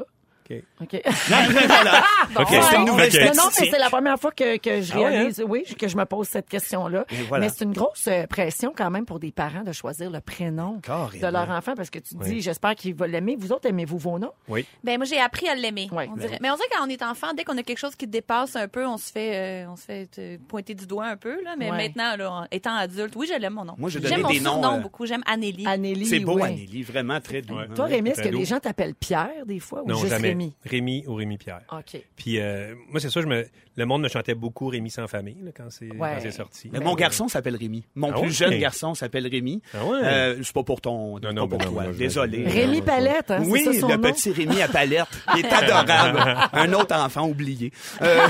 S4: OK.
S1: OK.
S3: Voilà.
S2: Ah, Bon.
S4: Ok, c'est
S1: Non, non,
S4: une nouvelle
S1: non, mais
S3: statistique.
S1: c'est la première fois que, que je
S4: Ah ouais, hein?
S1: réalise, oui, que je me pose cette question-là.
S3: Et voilà.
S1: Mais c'est une grosse euh, pression quand même pour des parents de choisir le prénom
S3: Carrément.
S1: de leur enfant parce que tu te dis, j'espère qu'il va l'aimer. Vous autres, aimez-vous vos noms?
S4: Oui.
S2: Ben moi j'ai appris à l'aimer.
S1: Ouais.
S2: on dirait. Mais on dirait quand on est enfant, dès qu'on a quelque chose qui te dépasse un peu, on se fait, euh, on se fait euh, pointer du doigt un peu là. Mais
S1: Ouais.
S2: maintenant, là, en étant adulte, oui, je l'aime mon nom.
S3: Moi, j'ai donné
S2: J'aime mon
S3: des noms,
S2: surnom
S3: euh,
S2: beaucoup. J'aime Annélie.
S1: Annélie.
S3: C'est beau,
S1: oui.
S3: Anneli, vraiment très doux.
S4: Ouais.
S1: Toi, Rémi, est-ce que
S4: C'est un
S1: les
S4: dos.
S1: gens t'appellent Pierre des fois ou
S4: Non,
S1: juste
S4: jamais.
S1: Rémi?
S4: ou Rémi Pierre.
S1: OK.
S4: Puis euh, moi, c'est ça, je me... le monde me chantait beaucoup Rémi sans famille là, quand c'est
S1: Ouais.
S4: quand c'est sorti.
S3: Mais mon garçon s'appelle Rémi. Mon
S4: Ah
S3: plus
S4: ouais?
S3: jeune garçon s'appelle Rémi.
S4: Ah ouais?
S3: Euh, c'est pas pour ton, c'est
S4: non,
S3: pas pour
S4: non,
S3: toi.
S4: non, je-
S3: Désolé.
S1: Rémi
S4: Ouais.
S1: Palette, hein,
S3: oui,
S1: c'est ça son
S3: le
S1: nom?
S3: petit Rémi à palette. Il est adorable. Un autre enfant oublié. Euh,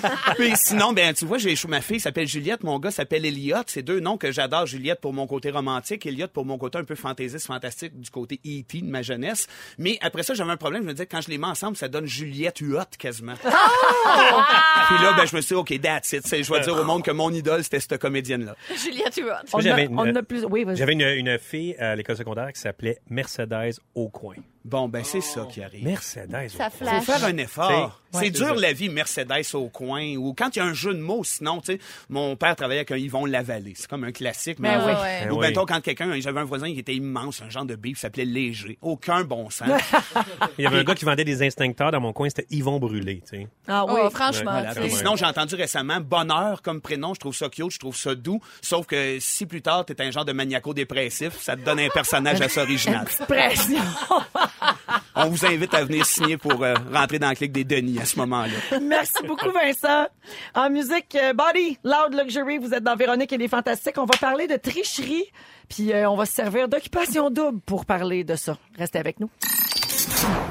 S3: mais sinon, ben, tu vois, j'ai ma fille s'appelle Juliette, mon gars s'appelle Elliot. C'est deux noms que j'adore. Juliette pour mon côté romantique, Elliot pour mon côté un peu fantaisiste, fantastique du côté E.T. de ma jeunesse. Mais après ça, j'avais un problème. Je me disais, quand je les mets ensemble, ça donne Juliette Huot quasiment.
S1: Oh!
S3: Puis là, ben, je me suis dit, OK, that's it. C'est- Je
S4: Euh,
S3: vais dire au monde que mon idole, c'était cette comédienne-là.
S2: Juliette Huot.
S1: On, a,
S4: J'avais une-
S1: on a plus... Oui, vas-y.
S4: J'avais une, une fille à l'école secondaire qui s'appelait Mercedes au coin.
S3: Bon, ben, c'est ça qui arrive.
S4: Mercedes
S2: Ça
S4: au coin.
S2: flash.
S3: Faut faire un effort.
S4: C'est-
S3: C'est
S4: ouais, c'est
S3: dur
S4: ça.
S3: la vie Mercedes au coin ou quand il y a un jeu de mots sinon tu sais mon père travaillait avec un Yvon Lavallée, c'est comme un classique mais euh,
S2: Ben oui.
S4: Ben
S3: Ou
S4: oui.
S3: mettons quand quelqu'un j'avais un voisin qui était immense, un genre de bif s'appelait léger, aucun bon sens.
S4: Il y avait un gars qui vendait des instincteurs dans mon coin, c'était Yvon Brûlé, tu sais.
S1: Ah oui.
S2: Oh, franchement.
S4: Ouais, voilà,
S2: tu
S3: Et
S2: sais.
S4: Ouais.
S3: sinon, j'ai entendu récemment bonheur comme prénom, je trouve ça cute, je trouve ça doux, sauf que si plus tard t'es un genre de maniaco dépressif, ça te donne un personnage assez original.
S1: Pression.
S3: On vous invite à venir signer pour euh, rentrer dans le clic des Denis à ce moment-là.
S1: Merci beaucoup, Vincent. En musique, euh, Body, Loud Luxury, vous êtes dans Véronique et les Fantastiques. On va parler de tricherie, puis euh, on va se servir d'occupation double pour parler de ça. Restez avec nous.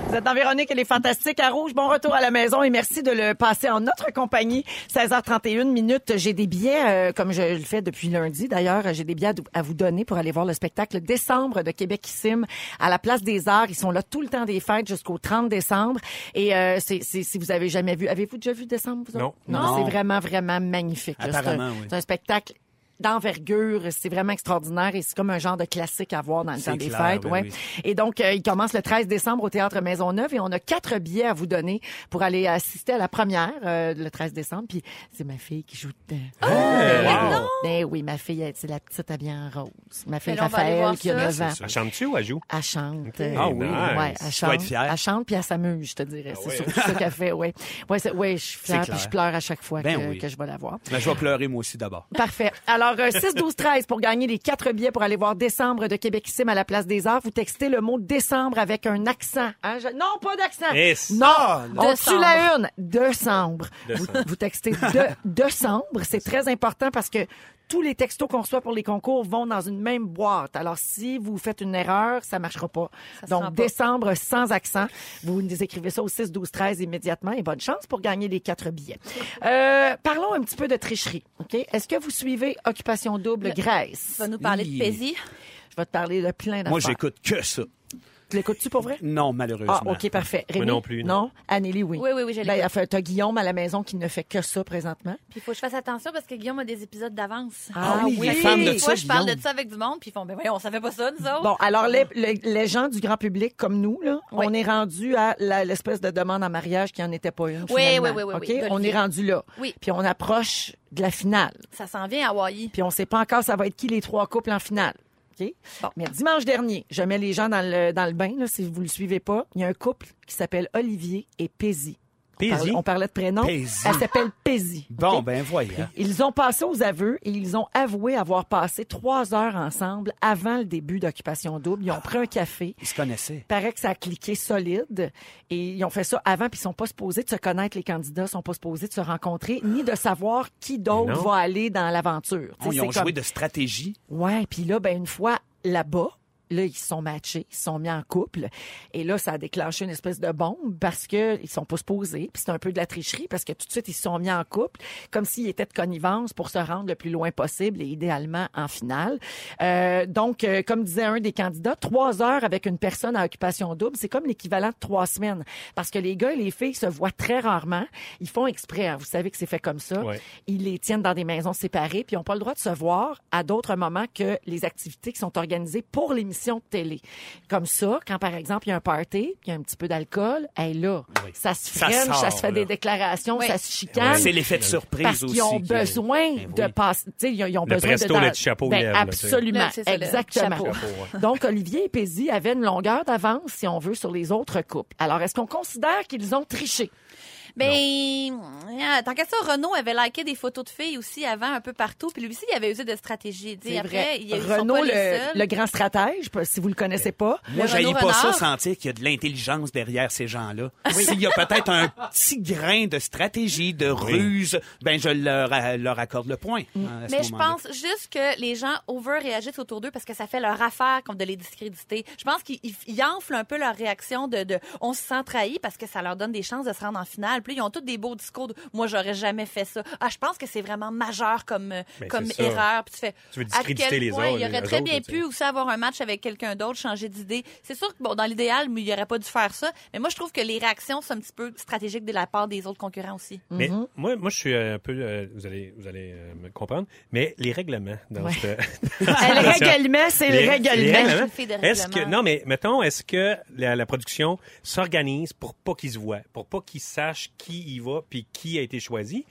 S1: Vous êtes dans Véronique et les Fantastiques à Rouge. Bon retour à la maison et merci de le passer en notre compagnie. 16h31 minutes. J'ai des billets, euh, comme je le fais depuis lundi d'ailleurs, j'ai des billets à dou- à vous donner pour aller voir le spectacle décembre de Québec Sim à la Place des Arts. Ils sont là tout le temps des fêtes jusqu'au 30 décembre. Et euh, c'est, c'est- si vous avez jamais vu, avez-vous déjà vu décembre? Vous autres? non.
S4: Non.
S3: Non.
S1: c'est vraiment, vraiment magnifique. là. c'est, un,
S3: Apparemment, oui.
S1: c'est un spectacle d'envergure, c'est vraiment extraordinaire et c'est comme un genre de classique à voir dans le
S3: C'est
S1: temps des
S3: clair,
S1: fêtes.
S3: ben
S1: ouais.
S3: oui.
S1: Et donc, euh, il commence le 13 décembre au Théâtre Maisonneuve et on a quatre billets à vous donner pour aller assister à la première euh, le 13 décembre. Puis c'est ma fille qui joue dedans.
S2: Oh,
S3: Oh,
S4: wow. non!
S1: Ben oui, ma fille, elle, c'est la petite habillée en rose. Ma fille
S2: là, on va aller voir
S1: Raphaël qui a
S2: ça.
S1: 9 ans.
S4: Elle chante-tu ou elle joue?
S1: Elle chante. euh,
S4: Ah oui,
S1: Ouais, elle
S4: nice.
S3: Tu dois
S1: chante.
S3: être fière. Ah
S1: Elle chante puis elle s'amuse, je te dirais. c'est surtout ça qu'elle fait, ouais. Ouais, c'est- ouais, je suis fière
S3: clair.
S1: puis je pleure à chaque fois
S3: Ben
S1: que,
S3: oui.
S1: que je vais la voir.
S3: Ben, je vais pleurer moi aussi d'abord.
S1: Parfait. Alors, euh, 6, 12, 13 pour gagner les quatre billets pour aller voir décembre de Québec Sim à la Place des Arts. Vous textez le mot décembre avec un accent. hein. Je- Non, pas d'accent.
S4: Yes.
S1: Non, on
S2: Décembre.
S1: tue la une. Décembre. Vous,
S4: Décembre.
S1: vous textez de, décembre. C'est très important parce que tous les textos qu'on reçoit pour les concours vont dans une même boîte. Alors, si vous faites une erreur, ça marchera pas.
S2: Ça se
S1: Donc,
S2: rend pas.
S1: décembre sans accent. Vous nous écrivez ça au 6, 12, 13 immédiatement et bonne chance pour gagner les quatre billets. Euh, parlons un petit peu de tricherie. OK? Est-ce que vous suivez Occupation Double Grèce?
S2: Tu vas nous parler
S3: Oui.
S2: de Paisy.
S1: Je vais te parler de plein d'affaires.
S3: Moi, j'écoute que ça.
S1: Tu L'écoutes-tu pour vrai?
S3: Non,
S1: Ah,
S3: malheureusement.
S1: OK, parfait. Rémi?
S4: non plus, non.
S1: Anneli, oui.
S2: Oui, oui, oui, je
S1: Ben,
S2: l'écoute.
S1: enfin, t'as Guillaume à la maison qui ne fait que ça présentement.
S2: Puis il faut que je fasse attention parce que Guillaume a des épisodes d'avance.
S1: Ah oui,
S3: les femmes de
S2: Des
S3: ça,
S2: fois, je parle
S3: Guillaume.
S2: de ça avec du monde, puis ils font, ben voyons, on savait pas ça, nous autres.
S1: Bon, alors, les, les- les gens du grand public comme nous, là,
S2: Oui.
S1: on est rendu à la- l'espèce de demande en mariage qui en était pas une.
S2: Oui,
S1: finalement.
S2: oui, oui, oui,
S1: OK?
S2: oui,
S1: on est
S2: d'Olivier.
S1: rendu là.
S2: Oui.
S1: Puis on approche de la finale.
S2: Ça s'en vient à Hawaii.
S1: Puis on sait pas encore ça va être qui les trois couples en finale. OK?
S2: Bon.
S1: Mais dimanche dernier, je mets les gens dans le, dans le bain, là, si vous le suivez pas. Il y a un couple qui s'appelle Olivier et Paisy.
S4: Paisy.
S1: On parlait de prénom.
S3: Paisy.
S1: Elle s'appelle Paisy.
S3: Bon,
S1: OK?
S3: ben voyons.
S1: Ils ont passé aux aveux et ils ont avoué avoir passé trois heures ensemble avant le début d'Occupation Double. Ils ont pris un café.
S3: Ils se connaissaient.
S1: paraît que ça a cliqué solide et ils ont fait ça avant puis ils sont pas supposés de se connaître les candidats, sont pas supposés de se rencontrer ni de savoir qui
S4: Mais
S1: d'autre
S4: non.
S1: va aller dans l'aventure. Tu sais,
S3: Oh, Ils
S1: c'est
S3: ont joué
S1: comme-
S3: de stratégie.
S1: Ouais, puis là ben une fois là-bas Là, ils se sont matchés, ils se sont mis en couple. Et là, ça a déclenché une espèce de bombe parce que ils sont pas supposés. Puis c'est un peu de la tricherie parce que tout de suite, ils se sont mis en couple comme s'ils étaient de connivence pour se rendre le plus loin possible et idéalement en finale. Euh, donc, euh, comme disait un des candidats, trois heures avec une personne à occupation double, c'est comme l'équivalent de trois semaines. Parce que les gars et les filles se voient très rarement. Ils font exprès. hein. Vous savez que c'est fait comme ça.
S4: Ouais.
S1: Ils les tiennent dans des maisons séparées, puis ils n'ont pas le droit de se voir à d'autres moments que les activités qui sont organisées pour l'émission de télé. Comme ça, quand par exemple il y a un party, puis il y a un petit peu d'alcool, hey, là, ça se
S3: Ça
S1: freine, ça,
S3: sort,
S1: se fait
S4: là.
S1: des déclarations,
S2: Oui.
S1: ça se chicane.
S3: C'est l'effet de surprise
S1: Ah Parce
S3: aussi.
S1: qu'ils ont
S3: qui arrive.
S1: besoin
S3: Ben oui.
S1: de passer. tu sais, Ils ont
S4: Le
S1: besoin
S4: presto,
S1: de.
S4: le petit chapeau aux
S1: Ben,
S4: lèvres, là, tu sais.
S1: absolument.
S2: Là, c'est ça, le
S1: Exactement.
S2: chapeau.
S1: Donc, Olivier et Pézy avaient une longueur d'avance, si on veut, sur les autres couples. Alors, est-ce qu'on considère qu'ils ont triché?
S2: Ben, euh, tant qu'à ça, Renaud avait liké des photos de filles aussi avant, un peu partout. Puis lui aussi, il avait usé de stratégie. Tu sais,
S1: C'est
S2: après,
S1: vrai.
S2: il ils sont
S1: Renaud,
S2: pas les
S1: le,
S2: seuls.
S1: le grand stratège, pas- si vous le connaissez pas.
S3: Moi,
S2: Le
S3: je
S2: Renaud
S3: pas ça
S2: Renard.
S3: sentir qu'il y a de l'intelligence derrière ces gens-là. S'il y a peut-être un petit grain de stratégie, de ruse, ben je leur, euh, leur accorde le point. hein, à ce
S2: Mais je
S3: moment-là.
S2: pense juste que les gens over-réagissent autour d'eux parce que ça fait leur affaire comme de les discréditer. Je pense qu'ils ils- ils enflent un peu leur réaction de, de on se sent trahi parce que ça leur donne des chances de se rendre en finale. Puis là, ils ont tous des beaux discours de moi, j'aurais jamais fait ça. Ah, je pense que c'est vraiment majeur comme, euh,
S4: Ben,
S2: comme
S4: c'est ça.
S2: erreur. Puis tu fais.
S4: Tu
S2: à
S4: veux discréditer
S2: quel
S4: les
S2: point
S4: autres,
S2: Il aurait
S4: les
S2: très
S4: autres,
S2: bien
S4: là, tu
S2: pu
S4: sais.
S2: aussi avoir un match avec quelqu'un d'autre, changer d'idée. C'est sûr que, bon, dans l'idéal, il n'aurait pas dû faire ça. Mais moi, je trouve que les réactions sont un petit peu stratégiques de la part des autres concurrents aussi.
S4: Mais moi, moi, je suis euh, un peu. euh, vous allez, vous allez euh, me comprendre. Mais les règlements dans
S1: Ouais.
S4: cette-
S1: Le règlement, c'est le
S4: les
S1: règlement.
S4: règlements.
S2: Ben, Je fais des
S4: Est-ce que
S2: règlements.
S4: non mais mettons est-ce que la, la production s'organise pour pas qu'ils se voient, pour pas qu'ils sachent qui y va puis qui a été choisi,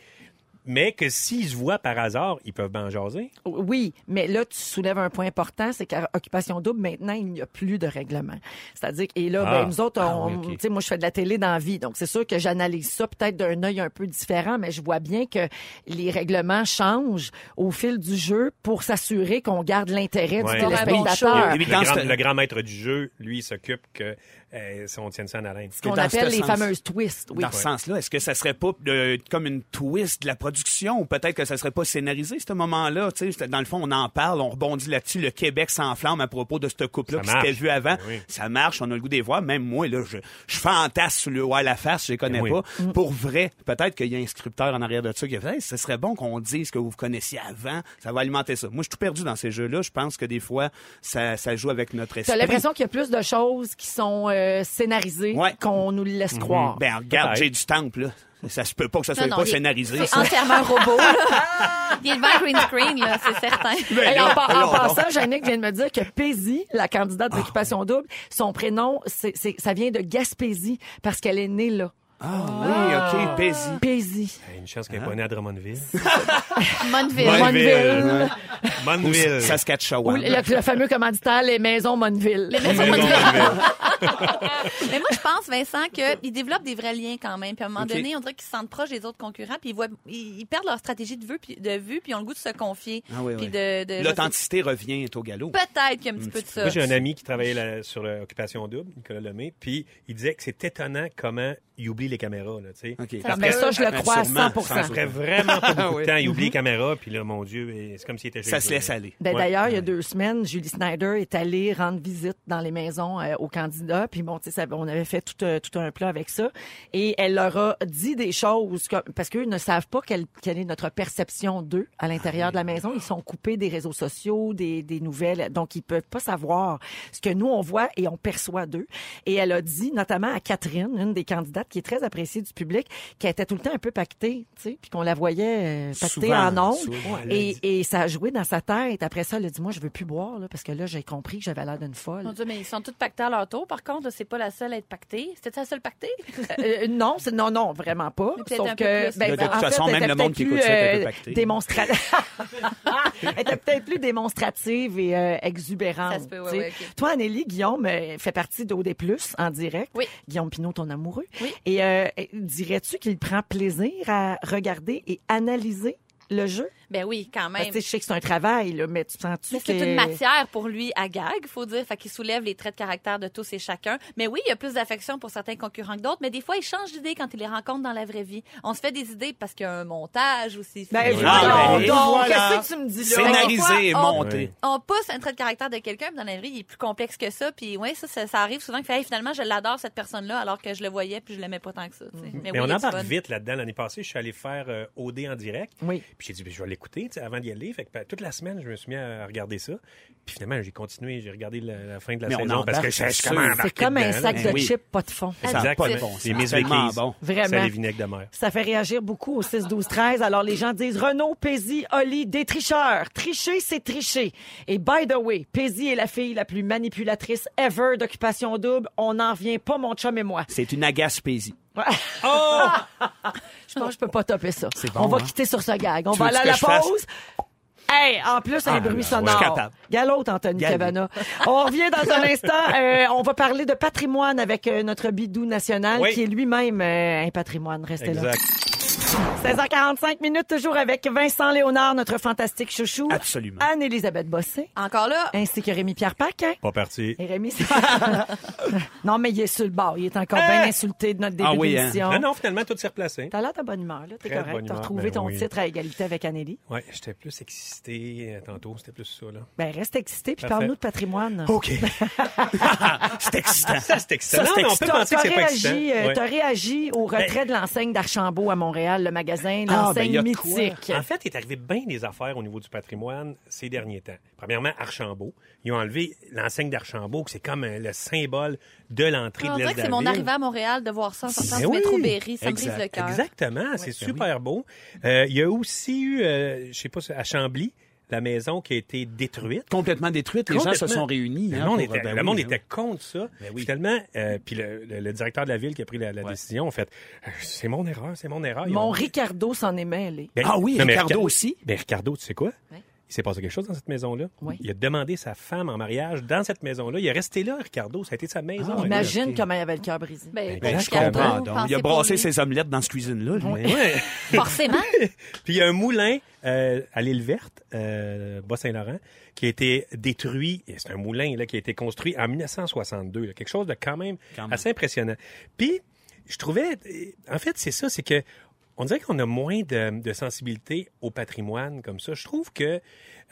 S4: mais que s'ils se voient par hasard, ils peuvent bien jaser.
S1: Oui, mais là, tu soulèves un point important, c'est qu'à Occupation Double, maintenant, il n'y a plus de règlement. C'est-à-dire, que- et là,
S4: Ah.
S1: ben, nous autres,
S4: Ah
S1: on-
S4: oui, ok.
S1: tu sais, moi, je fais de la télé dans la vie, donc c'est sûr que j'analyse ça peut-être d'un œil un peu différent, mais je vois bien que les règlements changent au fil du jeu pour s'assurer qu'on garde l'intérêt
S4: Ouais.
S1: du
S4: Pour
S2: bon
S4: un
S1: téléspectateur.
S3: show.
S4: Le,
S3: Mais dans
S4: grand,
S3: ce-
S4: le grand maître du jeu, lui, il s'occupe que euh, si on tienne ça en haleine.
S1: Qu'on
S3: Dans
S1: appelle
S3: ce
S1: les
S3: sens-
S1: fameuses twists. Oui.
S3: Dans ce sens-là, est-ce que ça serait pas euh, comme une twist de la production ou peut-être que ça serait pas scénarisé ce moment-là Tu sais, c'est- dans le fond, on en parle, on rebondit là-dessus. Le Québec s'enflamme à propos de ce couple-là
S4: Ça
S3: qui s'était
S4: marche. Ben
S3: vu avant.
S4: Oui.
S3: Ça marche, on a le goût des voir. Même moi, là, je, je fantasse sur le ouais la face, je les connais
S4: Ben Oui.
S3: pas.
S2: Mm.
S3: Pour vrai, peut-être qu'il y a un scripteur en arrière de ça qui a fait Hey, ce serait bon qu'on dise que vous vous connaissiez avant. Ça va alimenter ça. Moi, je suis tout perdu dans ces jeux-là. Je pense que des fois, ça, ça joue avec notre
S1: T'as
S3: esprit.
S1: l'impression qu'il y a plus de choses qui sont euh, scénarisées
S3: Ouais.
S1: qu'on nous le laisse
S4: Mhm.
S1: croire.
S3: Ben, regarde,
S4: Peut-être.
S3: j'ai du temple, là. Ça se peut pas que ça
S2: Non,
S3: soit
S2: non,
S3: pas
S2: il est-
S3: scénarisé.
S2: C'est
S3: ça.
S2: entièrement un robot. là. Il est devant un green screen, là, c'est certain.
S3: Ben
S1: Hey, en,
S3: là,
S1: par- en
S3: voyons donc. Ah.
S1: passant, Jannick vient de me dire que Paisy, la candidate d'occupation double, son prénom, c'est, c'est- ça vient de Gaspésie parce qu'elle est née là.
S3: Ah oui, OK, Paisy.
S1: Paisy.
S4: Une chance
S1: Hein?
S4: qu'elle n'est pas née à Drummondville.
S2: Monville.
S1: Monville.
S4: Drummondville.
S1: Ou
S3: Saskatchewan.
S1: le, le fameux commanditaire, les maisons Monneville.
S2: Les maisons Monville. Mais moi, je pense, Vincent, qu'ils développent des vrais liens quand même. Puis à un moment
S3: Ok.
S2: donné, on dirait qu'ils se sentent proches des autres concurrents, puis ils, voient, ils, ils perdent leur stratégie de vue, puis, de vue, puis ils ont le goût de se confier.
S3: Ah oui,
S2: puis
S3: oui.
S2: de, de-
S3: L'authenticité revient au galop.
S2: Peut-être qu'il y a un petit peu de ça.
S4: Moi, j'ai un ami qui travaillait là- sur l'occupation double, Nicolas Lemay, puis il disait que c'est étonnant comment il oublie les caméras. Là, tu sais.
S3: OK.
S4: Parce
S1: mais
S4: que
S1: ça, je le crois à
S3: Sûrement,
S1: 100%.
S3: sans
S4: après vraiment pas beaucoup
S3: Ah oui.
S4: de temps, il oublie les caméras, puis là, mon Dieu, et c'est comme s'il était chez
S3: Ça se
S4: eux,
S3: laisse
S4: là.
S3: aller.
S1: Ben,
S4: Ouais.
S1: D'ailleurs, il y a deux semaines, Julie Snyder est allée rendre visite dans les maisons euh, aux candidats. Puis bon, tu sais, ça- on avait fait tout, euh, tout un plat avec ça. Et elle leur a dit des choses comme- parce qu'eux ne savent pas quelle, quelle est notre perception d'eux à l'intérieur de la maison. Ils sont coupés des réseaux sociaux, des, des nouvelles. Donc, ils peuvent pas savoir ce que nous, on voit et on perçoit d'eux. Et elle a dit, notamment à Catherine, une des candidates qui est très appréciée du public, qu'elle était tout le temps un peu pactée, tu sais, puis qu'on la voyait euh, pactée
S3: Souvent,
S1: en ondes.
S3: souvent.
S4: Ouais, elle l'a
S1: Et,
S4: dit.
S1: et ça a joué dans sa tête. Après ça, elle a dit, moi, je veux plus boire, là, parce que là, j'ai compris que j'avais l'air d'une
S2: Mon
S1: folle.
S2: Dieu, mais ils sont tous pactés à leur tour. Par contre, là, c'est pas la seule à être pactée. C'était la seule pactée?
S1: Euh, non, c'est- non, non, vraiment pas.
S2: Mais peut-être
S1: Sauf
S2: un peu
S1: que,
S2: plus.
S1: ben,
S2: De toute
S1: en
S3: façon,
S1: fait,
S3: même
S1: elle
S3: le
S1: était
S3: monde qui
S1: peut-être
S3: écoute ça est un peu
S1: plus, euh,
S3: pacté.
S1: démonstra- elle était peut-être plus démonstrative et euh, exubérante.
S2: Ça se peut, ouais,
S1: tu sais.
S2: ouais, ok.
S1: Toi, Anélie, Guillaume euh, fait partie d'OD+, en direct.
S2: Oui.
S1: Guillaume Pinot, ton amoureux.
S2: Oui.
S1: Et euh, dirais-tu qu'il prend plaisir à regarder et analyser le jeu?
S2: Ben oui, quand
S1: Parce
S2: même.
S1: que tu sais, je sais que c'est un travail, là, mais tu sens-tu
S2: Mais c'est
S1: que-
S2: une matière pour lui à gag, faut dire, fait qu'il soulève les traits de caractère de tous et chacun. Mais oui, il y a plus d'affection pour certains concurrents que d'autres, mais des fois, il change d'idée quand il les rencontre dans la vraie vie. On se fait des idées parce qu'il y a un montage aussi.
S1: Ben,
S2: C'est-
S1: voyons
S3: Ah, ben,
S1: donc,
S3: voilà.
S1: qu'est-ce que tu me dis là?
S3: Scénarisé et
S2: Parfois, on-
S3: monté.
S2: on pousse un trait de caractère de quelqu'un, puis dans la vie, il est plus complexe que ça. Puis ouais, ça, ça, ça arrive souvent que hey, finalement, je l'adore cette personne-là, alors que je le voyais puis je l'aimais pas tant que ça. tu sais.
S3: Mm-hmm.
S2: Mais,
S4: Mais
S2: oui,
S4: on
S2: il est
S4: embarque
S2: fun.
S4: vite là-dedans. L'année passée, je suis allé faire euh, OD en direct.
S1: Oui.
S4: Puis j'ai dit, ben, je vais l'écouter tu sais, avant d'y aller. Fait que, ben, toute la semaine, je me suis mis à regarder ça. Puis finalement, j'ai continué. J'ai regardé la, la fin de la
S3: Mais on
S4: saison parce que
S3: embarque,
S4: je je
S3: c'est
S4: suis
S3: sûr.
S4: comme embarqué
S1: C'est comme un
S4: dedans,
S1: sac
S4: là.
S1: de
S3: Ben oui.
S1: chips, pas de fond.
S3: Ça n'a pas de bon
S4: Exactement.
S3: sens.
S4: Les mises
S3: C'est tellement
S4: Mickey's.
S3: bon.
S1: Vraiment.
S4: Ça, les vinaigres de mer.
S1: Ça fait réagir beaucoup au 6, 12, 13. Alors, les gens disent Renaud, Pézy, Oli, des tricheurs. Tricher, c'est tricher. Et by the way, Pézy est la fille la plus manipulatrice ever d'Occupation Double. On n'en revient pas, mon chum et moi.
S3: C'est une agaspésie.
S1: Je pense que je peux pas topper ça.
S3: bon,
S1: On va
S3: hein?
S1: quitter sur ce gag. On
S3: Tu
S1: va
S3: veux
S1: aller à
S3: que
S1: la
S3: je fasse?
S1: pause. Hey, en plus, un
S4: Ah,
S1: bruit
S4: ouais.
S1: sonore.
S3: Je suis capable.
S1: Il y a l'autre, Anthony
S3: Gagne.
S1: Cavana. On revient dans un instant. Euh, on va parler de patrimoine avec euh, notre bidou national,
S4: Oui.
S1: qui est lui-même euh, un patrimoine. Restez là.
S4: Exact.
S1: 16h45 minutes, toujours avec Vincent Léonard, notre fantastique chouchou.
S3: Absolument.
S1: Anne-Élisabeth Bossé,
S2: Encore là,
S1: ainsi que Rémi-Pierre Paquin.
S4: Pas parti.
S1: Et Rémi, c'est- Non, mais il est sur le bord. Il est encore bien insulté de notre début
S3: Hein? Ah oui, hein.
S1: d'émission.
S4: Non, non, finalement, tout s'est replacé.
S1: T'as l'air de bonne humeur, là. T'es
S4: Très de
S1: correct.
S4: bonne
S1: T'as
S4: humeur,
S1: retrouvé
S4: ben
S1: ton
S4: oui.
S1: titre à égalité avec Anneli.
S4: Ouais, j'étais plus excité euh, tantôt. C'était plus ça, là.
S1: Ben, reste excité, puis
S4: Parfait.
S1: parle-nous de patrimoine.
S3: Oh,
S4: OK. c'est excitant. Ça, c'est
S1: Ça,
S4: excitant. Non,
S1: c'est
S4: mais on peut
S1: excitant.
S4: penser que c'est
S1: T'as
S4: pas excitant.
S1: réagi, euh,
S4: Ouais.
S1: t'as réagi au retrait de l'enseigne d'Archambault à Montréal, le magasin,
S3: Ben Ah, ben,
S1: l'enseigne
S3: y a de quoi. Ah,
S1: mythique.
S4: En fait, il est arrivé bien des affaires au niveau du patrimoine ces derniers temps. Premièrement, Archambault. Ils ont enlevé l'enseigne d'Archambault, que c'est comme euh, le symbole de l'entrée
S2: on
S4: de
S2: dirait
S4: l'Est
S2: que c'est
S4: de la
S2: mon
S4: ville.
S2: arrivée à Montréal de voir ça en sortant
S4: Ben
S2: du
S4: oui.
S2: métro Berry. Ça me
S3: Exact.
S2: brise le cœur.
S4: Exactement, c'est
S3: Ben
S4: super beau. Euh, il y a aussi eu, euh, je sais pas, à Chambly, la maison qui a été détruite.
S3: Complètement détruite. Les gens se
S4: Complètement.
S3: sont réunis.
S4: Le
S3: hein,
S4: monde
S3: pour-
S4: était,
S3: ben
S4: le
S3: oui,
S4: monde
S3: ben
S4: était
S3: oui.
S4: contre ça.
S3: Ben oui.
S4: Finalement, euh, puis le, le- le directeur de la ville qui a pris la, la décision, en fait, Euh, c'est mon erreur, c'est mon erreur. Ils
S1: Mon
S4: ont-
S1: Ricardo s'en est mêlé.
S4: Ben,
S3: Ah oui,
S4: non, mais
S3: Ricardo
S4: Rica-
S3: aussi.
S4: Ben, Ricardo, tu sais quoi?
S2: Ouais.
S4: Il s'est passé quelque chose dans cette maison-là.
S1: Ouais.
S4: Il a demandé sa femme en mariage dans cette maison-là. Il est resté là, Ricardo. Ça a été sa
S3: Ah,
S4: maison. hein. à lui.
S1: Ah, Imagine comment il avait le cœur brisé.
S2: Ben,
S4: Ben,
S3: Je
S4: Ricardo,
S3: comprends donc.
S2: pensez
S3: Il a
S2: pour
S3: brassé
S2: lui.
S3: ses omelettes dans cette cuisine-là. lui.
S4: Ouais.
S2: Forcément.
S4: Puis il y a un moulin euh, à l'île verte, euh, Bas-Saint-Laurent, qui a été détruit. Et C'est un moulin là, qui a été construit en 1962. là. quelque chose de quand même,
S3: Quand même.
S4: assez impressionnant. Puis je trouvais, euh, en fait, c'est ça, c'est que on dirait qu'on a moins de, de sensibilité au patrimoine comme ça. Je trouve que,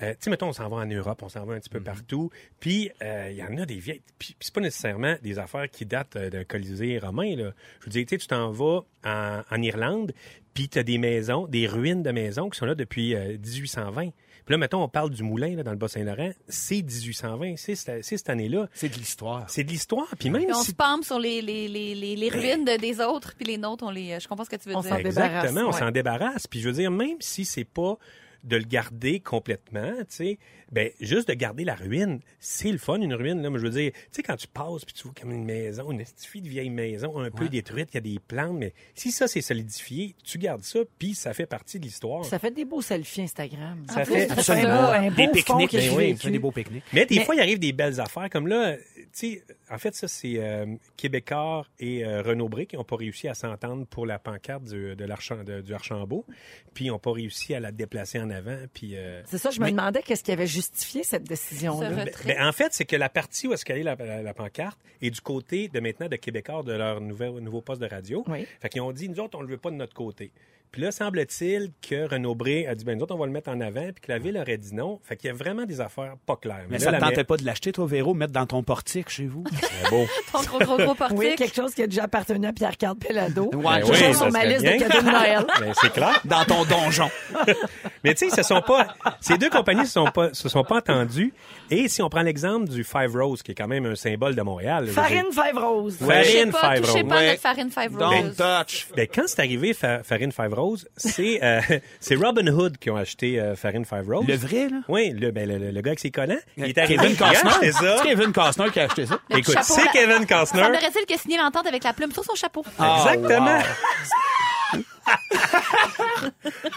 S4: euh, tu sais, mettons, on s'en va en Europe, on s'en va un petit peu partout, puis euh, il y en a des vieilles... Puis puis c'est pas nécessairement des affaires qui datent euh, d'un colisée romain, là. Je vous dis, tu sais, tu t'en vas en, en Irlande, puis tu as des maisons, des ruines de maisons qui sont là depuis euh, 1820. Puis là, mettons, on parle du moulin là, dans le Bas-Saint-Laurent. C'est 1820, c'est cette- c'est cette année-là.
S3: C'est de l'histoire.
S4: C'est de l'histoire. Puis même
S2: Puis on
S4: si
S2: se pampe sur les, les, les, les, les ruines de- des autres, puis les nôtres, on les. euh, Je comprends ce que tu veux
S1: On
S2: dire.
S1: s'en débarrasse,
S4: Exactement, on
S1: ouais.
S4: s'en débarrasse. Puis je veux dire, même si c'est pas de le garder complètement, tu sais, ben juste de garder la ruine, c'est le fun une ruine là. Mais je veux dire, tu sais quand tu passes puis tu vois comme une maison, une petite fille de vieille maison un peu détruite, il y a des plantes, mais si ça c'est solidifié, tu gardes ça puis ça fait partie de l'histoire.
S1: Ça fait des beaux selfies Instagram.
S4: Ça fait
S1: Ça fait un beau, un beau
S3: Des
S1: fond
S3: pique-niques.
S1: que j'ai
S3: Ben oui,
S1: vécu.
S3: ça fait des beaux pique-niques.
S4: Mais des
S1: Mais-
S4: fois, il arrive des belles affaires. Comme là, euh, tu sais, en fait, ça, c'est euh, Québécois et euh, Renaud Bré qui n'ont pas réussi à s'entendre pour la pancarte du, de l'Archamb- de- du Archambault. Puis, ils n'ont pas réussi à la déplacer en avant. Puis, euh,
S1: C'est ça, je me demandais qu'est-ce qui avait justifié cette décision-là.
S2: Ça
S4: ben-
S2: Retrait.
S4: ben, en fait, c'est que la partie où est-ce qu'elle est la, la- la pancarte est du côté de maintenant de Québécois de leur nouvel, nouveau poste de radio.
S1: Oui.
S4: Fait qu'ils ont dit, nous autres, on le veut pas de notre côté. Puis là, semble-t-il que Renaud Bré a dit, ben, nous autres, on va le mettre en avant. Puis que la ville aurait dit non. Fait qu'il y a vraiment des affaires pas claires.
S3: Mais
S4: là,
S3: ça ne
S4: la
S3: tentait
S4: maire-
S3: pas de l'acheter, toi, Véro, mettre dans ton portique chez vous?
S4: Très beau.
S2: Ton gros, gros, gros portique.
S1: Oui, quelque chose qui a déjà appartenu à Pierre-Carl Pellado.
S3: Ouais,
S1: Toujours
S3: oui,
S4: ça
S1: sur ma
S4: serait
S1: liste de
S4: bien.
S1: cadeaux de Noël.
S4: Ben, c'est clair.
S3: dans ton donjon.
S4: Mais tu sais, ce sont pas ces deux compagnies se sont pas se sont pas entendues. Et si on prend l'exemple du Five Rose, qui est quand même un symbole de Montréal. je veux
S1: Farine
S4: dire-
S1: Fèvre Rose.
S4: Ouais.
S2: Touchez
S4: Farine
S2: pas,
S4: Five
S2: touchez
S4: Roses.
S2: pas à
S3: Ouais.
S2: notre farine Five
S3: Don't
S2: Roses.
S3: touch.
S4: Ben, quand c'est arrivé Fa- Farine Five chose, c'est euh, c'est Robin Hood qui ont acheté euh, Farine Five Rose.
S3: Le vrai, là?
S4: Oui, le, ben, le, le- le gars avec ses collants. Il est arrivé,
S3: Kevin
S4: il a acheté
S3: Costner.
S4: ça.
S3: C'est Kevin Costner qui a acheté ça.
S2: Le petit
S4: Écoute,
S2: chapeau,
S4: c'est
S2: là.
S4: Kevin Costner.
S2: Semblerait-il qu'il a signé l'entente avec la plume sur son chapeau.
S4: Ah, Exactement.
S3: Ah,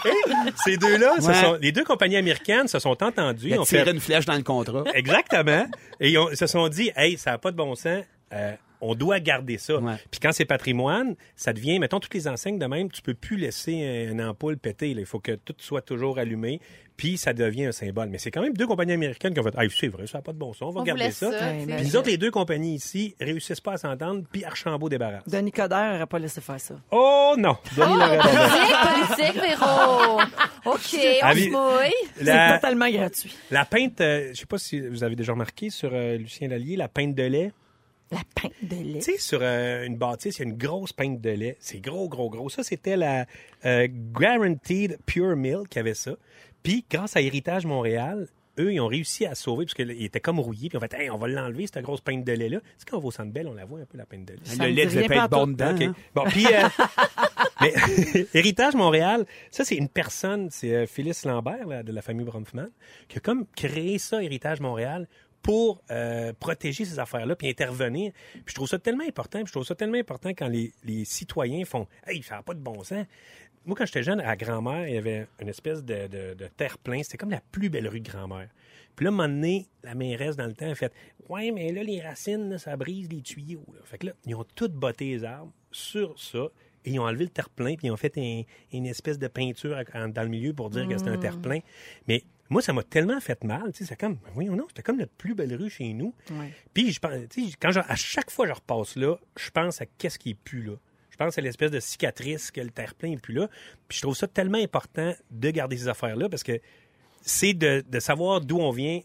S4: Et ces deux-là, ce
S3: Ouais.
S4: sont- les deux compagnies américaines se sont entendues.
S3: Il a
S4: ont
S3: tiré
S4: fait-
S3: une flèche dans le contrat.
S4: Exactement. Et ils ont- se sont dit, hey, ça n'a pas de bon sens. euh, on doit garder ça.
S3: Ouais.
S4: Puis quand c'est patrimoine, ça devient, mettons, toutes les enseignes de même, tu peux plus laisser un- une ampoule péter. là. Il faut que tout soit toujours allumé. Puis ça devient un symbole. Mais c'est quand même deux compagnies américaines qui ont fait, hey, c'est vrai, ça n'a pas de bon sens, on va
S2: On vous
S4: garder
S2: laisse
S4: ça.
S2: ça.
S1: Ouais,
S2: tu
S1: mais-
S4: Puis
S2: sais.
S4: les autres, les deux compagnies ici, réussissent pas à s'entendre, puis Archambault débarrasse.
S1: Denis Coderre n'aurait pas laissé faire ça.
S4: Oh non! Denis
S2: Oh,
S4: l'aurait pas fait.
S2: politique, politique, Véro. OK, on
S4: Avis-
S2: se mouille.
S1: C'est
S4: La,
S1: totalement gratuit.
S4: la peinte, euh, je sais pas si vous avez déjà remarqué sur euh, Lucien Lallier, la peinte de lait.
S1: La pinte de lait.
S4: Tu sais, sur euh, une bâtisse, il y a une grosse peinte de lait. C'est gros, gros, gros. Ça, c'était la euh, Guaranteed Pure Milk qui avait ça. Puis, grâce à Héritage Montréal, eux, ils ont réussi à sauver, parce qu'il était comme rouillé. Puis, en fait, Hey, on va l'enlever, cette grosse peinte de lait-là. C'est quand on va au Centre Bell, on la voit un peu, la peinte de lait.
S1: Ça
S3: Le
S1: me
S3: lait
S1: dit
S3: devait
S1: rien
S3: pas être
S1: pantoute.
S3: bon dedans.
S4: OK.
S3: hein.
S4: Bon, puis euh, mais, Héritage Montréal, ça c'est une personne, c'est euh, Phyllis Lambert là, de la famille Bronfman qui a comme créé ça Héritage Montréal pour euh, protéger ces affaires-là puis intervenir. Puis je trouve ça tellement important, puis je trouve ça tellement important quand les, les citoyens font "Hey, ça n'a pas de bon sens." Moi quand j'étais jeune, à grand-mère, il y avait une espèce de, de- de terre-plein, c'était comme la plus belle rue de grand-mère. Puis là, à un moment donné, la mairesse, dans le temps, a fait Ouais, mais là, les racines, là, ça brise les tuyaux. là. Fait que là, ils ont tous botté les arbres sur ça. Et ils ont enlevé le terre-plein, puis ils ont fait un- une espèce de peinture à- en- dans le milieu pour dire que c'était un terre-plein. Mais moi, ça m'a tellement fait mal. tu sais, C'est comme, ben voyons, non, c'était comme notre plus belle rue chez nous.
S1: Ouais.
S4: Puis, je pense, tu sais, quand je- à chaque fois que je repasse là, je pense à qu'est-ce qui est plus là. Je pense à l'espèce de cicatrice que le terre-plein est plus là. Puis, je trouve ça tellement important de garder ces affaires-là parce que c'est de, de savoir d'où on vient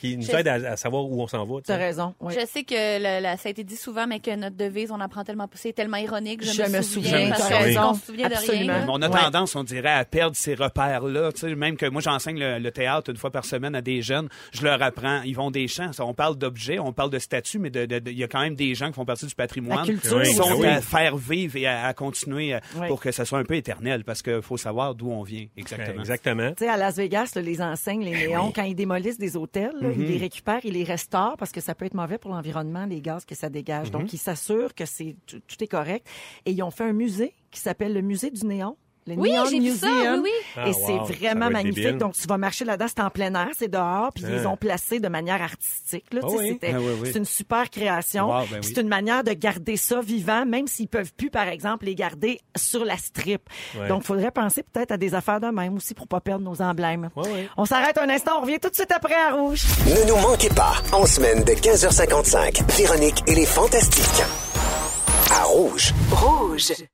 S4: qui nous
S2: Je-
S4: aide à, à savoir où on s'en va. tu
S1: T'as
S4: sais.
S1: raison. oui.
S2: Je sais que le- la- ça a été dit souvent, mais que notre devise, on apprend tellement, c'est tellement ironique. Je, me souviens,
S4: Je me
S2: parce
S4: souviens.
S2: qu'on se souvient de rien.
S1: Absolument.
S2: là.
S3: Mais on a
S1: Ouais.
S3: tendance, on dirait, à perdre ces repères-là. Tu sais, Même que moi, j'enseigne le, le théâtre une fois par semaine à des jeunes, je leur apprends. Ils vont des champs. On parle d'objets, on parle de statues, mais de- de- de- il y a quand même des gens qui font partie du patrimoine.
S1: La culture
S3: qui sont
S4: aussi.
S3: à faire vivre et à, à continuer euh,
S1: Ouais.
S3: pour que ça soit un peu éternel, parce qu'il faut savoir d'où on vient.
S4: Ouais,
S3: Exactement.
S4: Exactement.
S1: Tu sais, à Las Vegas, là, les enseignes, les
S4: Ben
S1: néons, quand ils démolissent des hôtels, là,
S4: Mm-hmm.
S1: ils les récupèrent, ils les restaurent parce que ça peut être mauvais pour l'environnement, les gaz que ça dégage.
S4: Mm-hmm.
S1: Donc, ils s'assurent que c'est tout, tout est correct. Et ils ont fait un musée qui s'appelle le musée du néon. Le
S2: Oui,
S1: Neon
S2: j'ai vu ça,
S1: Museum.
S2: oui, oui.
S4: Ah,
S1: Et
S4: wow,
S1: c'est
S4: ça
S1: vraiment
S4: doit être
S1: magnifique.
S4: débile.
S1: Donc, tu vas marcher là-dedans, c'est en plein air, c'est dehors, puis ils les
S4: Ah.
S1: ont placés de manière artistique. là. Tu sais,
S4: Ah oui.
S1: c'était-
S3: Ah oui, oui.
S1: C'est une super création.
S3: Wow, ben
S1: Puis
S3: oui.
S1: C'est une manière de garder ça vivant, même s'ils peuvent plus, par exemple, les garder sur la strip.
S4: Ouais.
S1: Donc, faudrait penser peut-être à des affaires de même aussi pour pas perdre nos emblèmes.
S4: Ouais, ouais.
S1: On s'arrête un instant, on revient tout de suite après à Rouge.
S5: Ne nous manquez pas, en semaine de 15h55, Véronique et les Fantastiques. À Rouge.
S6: Rouge.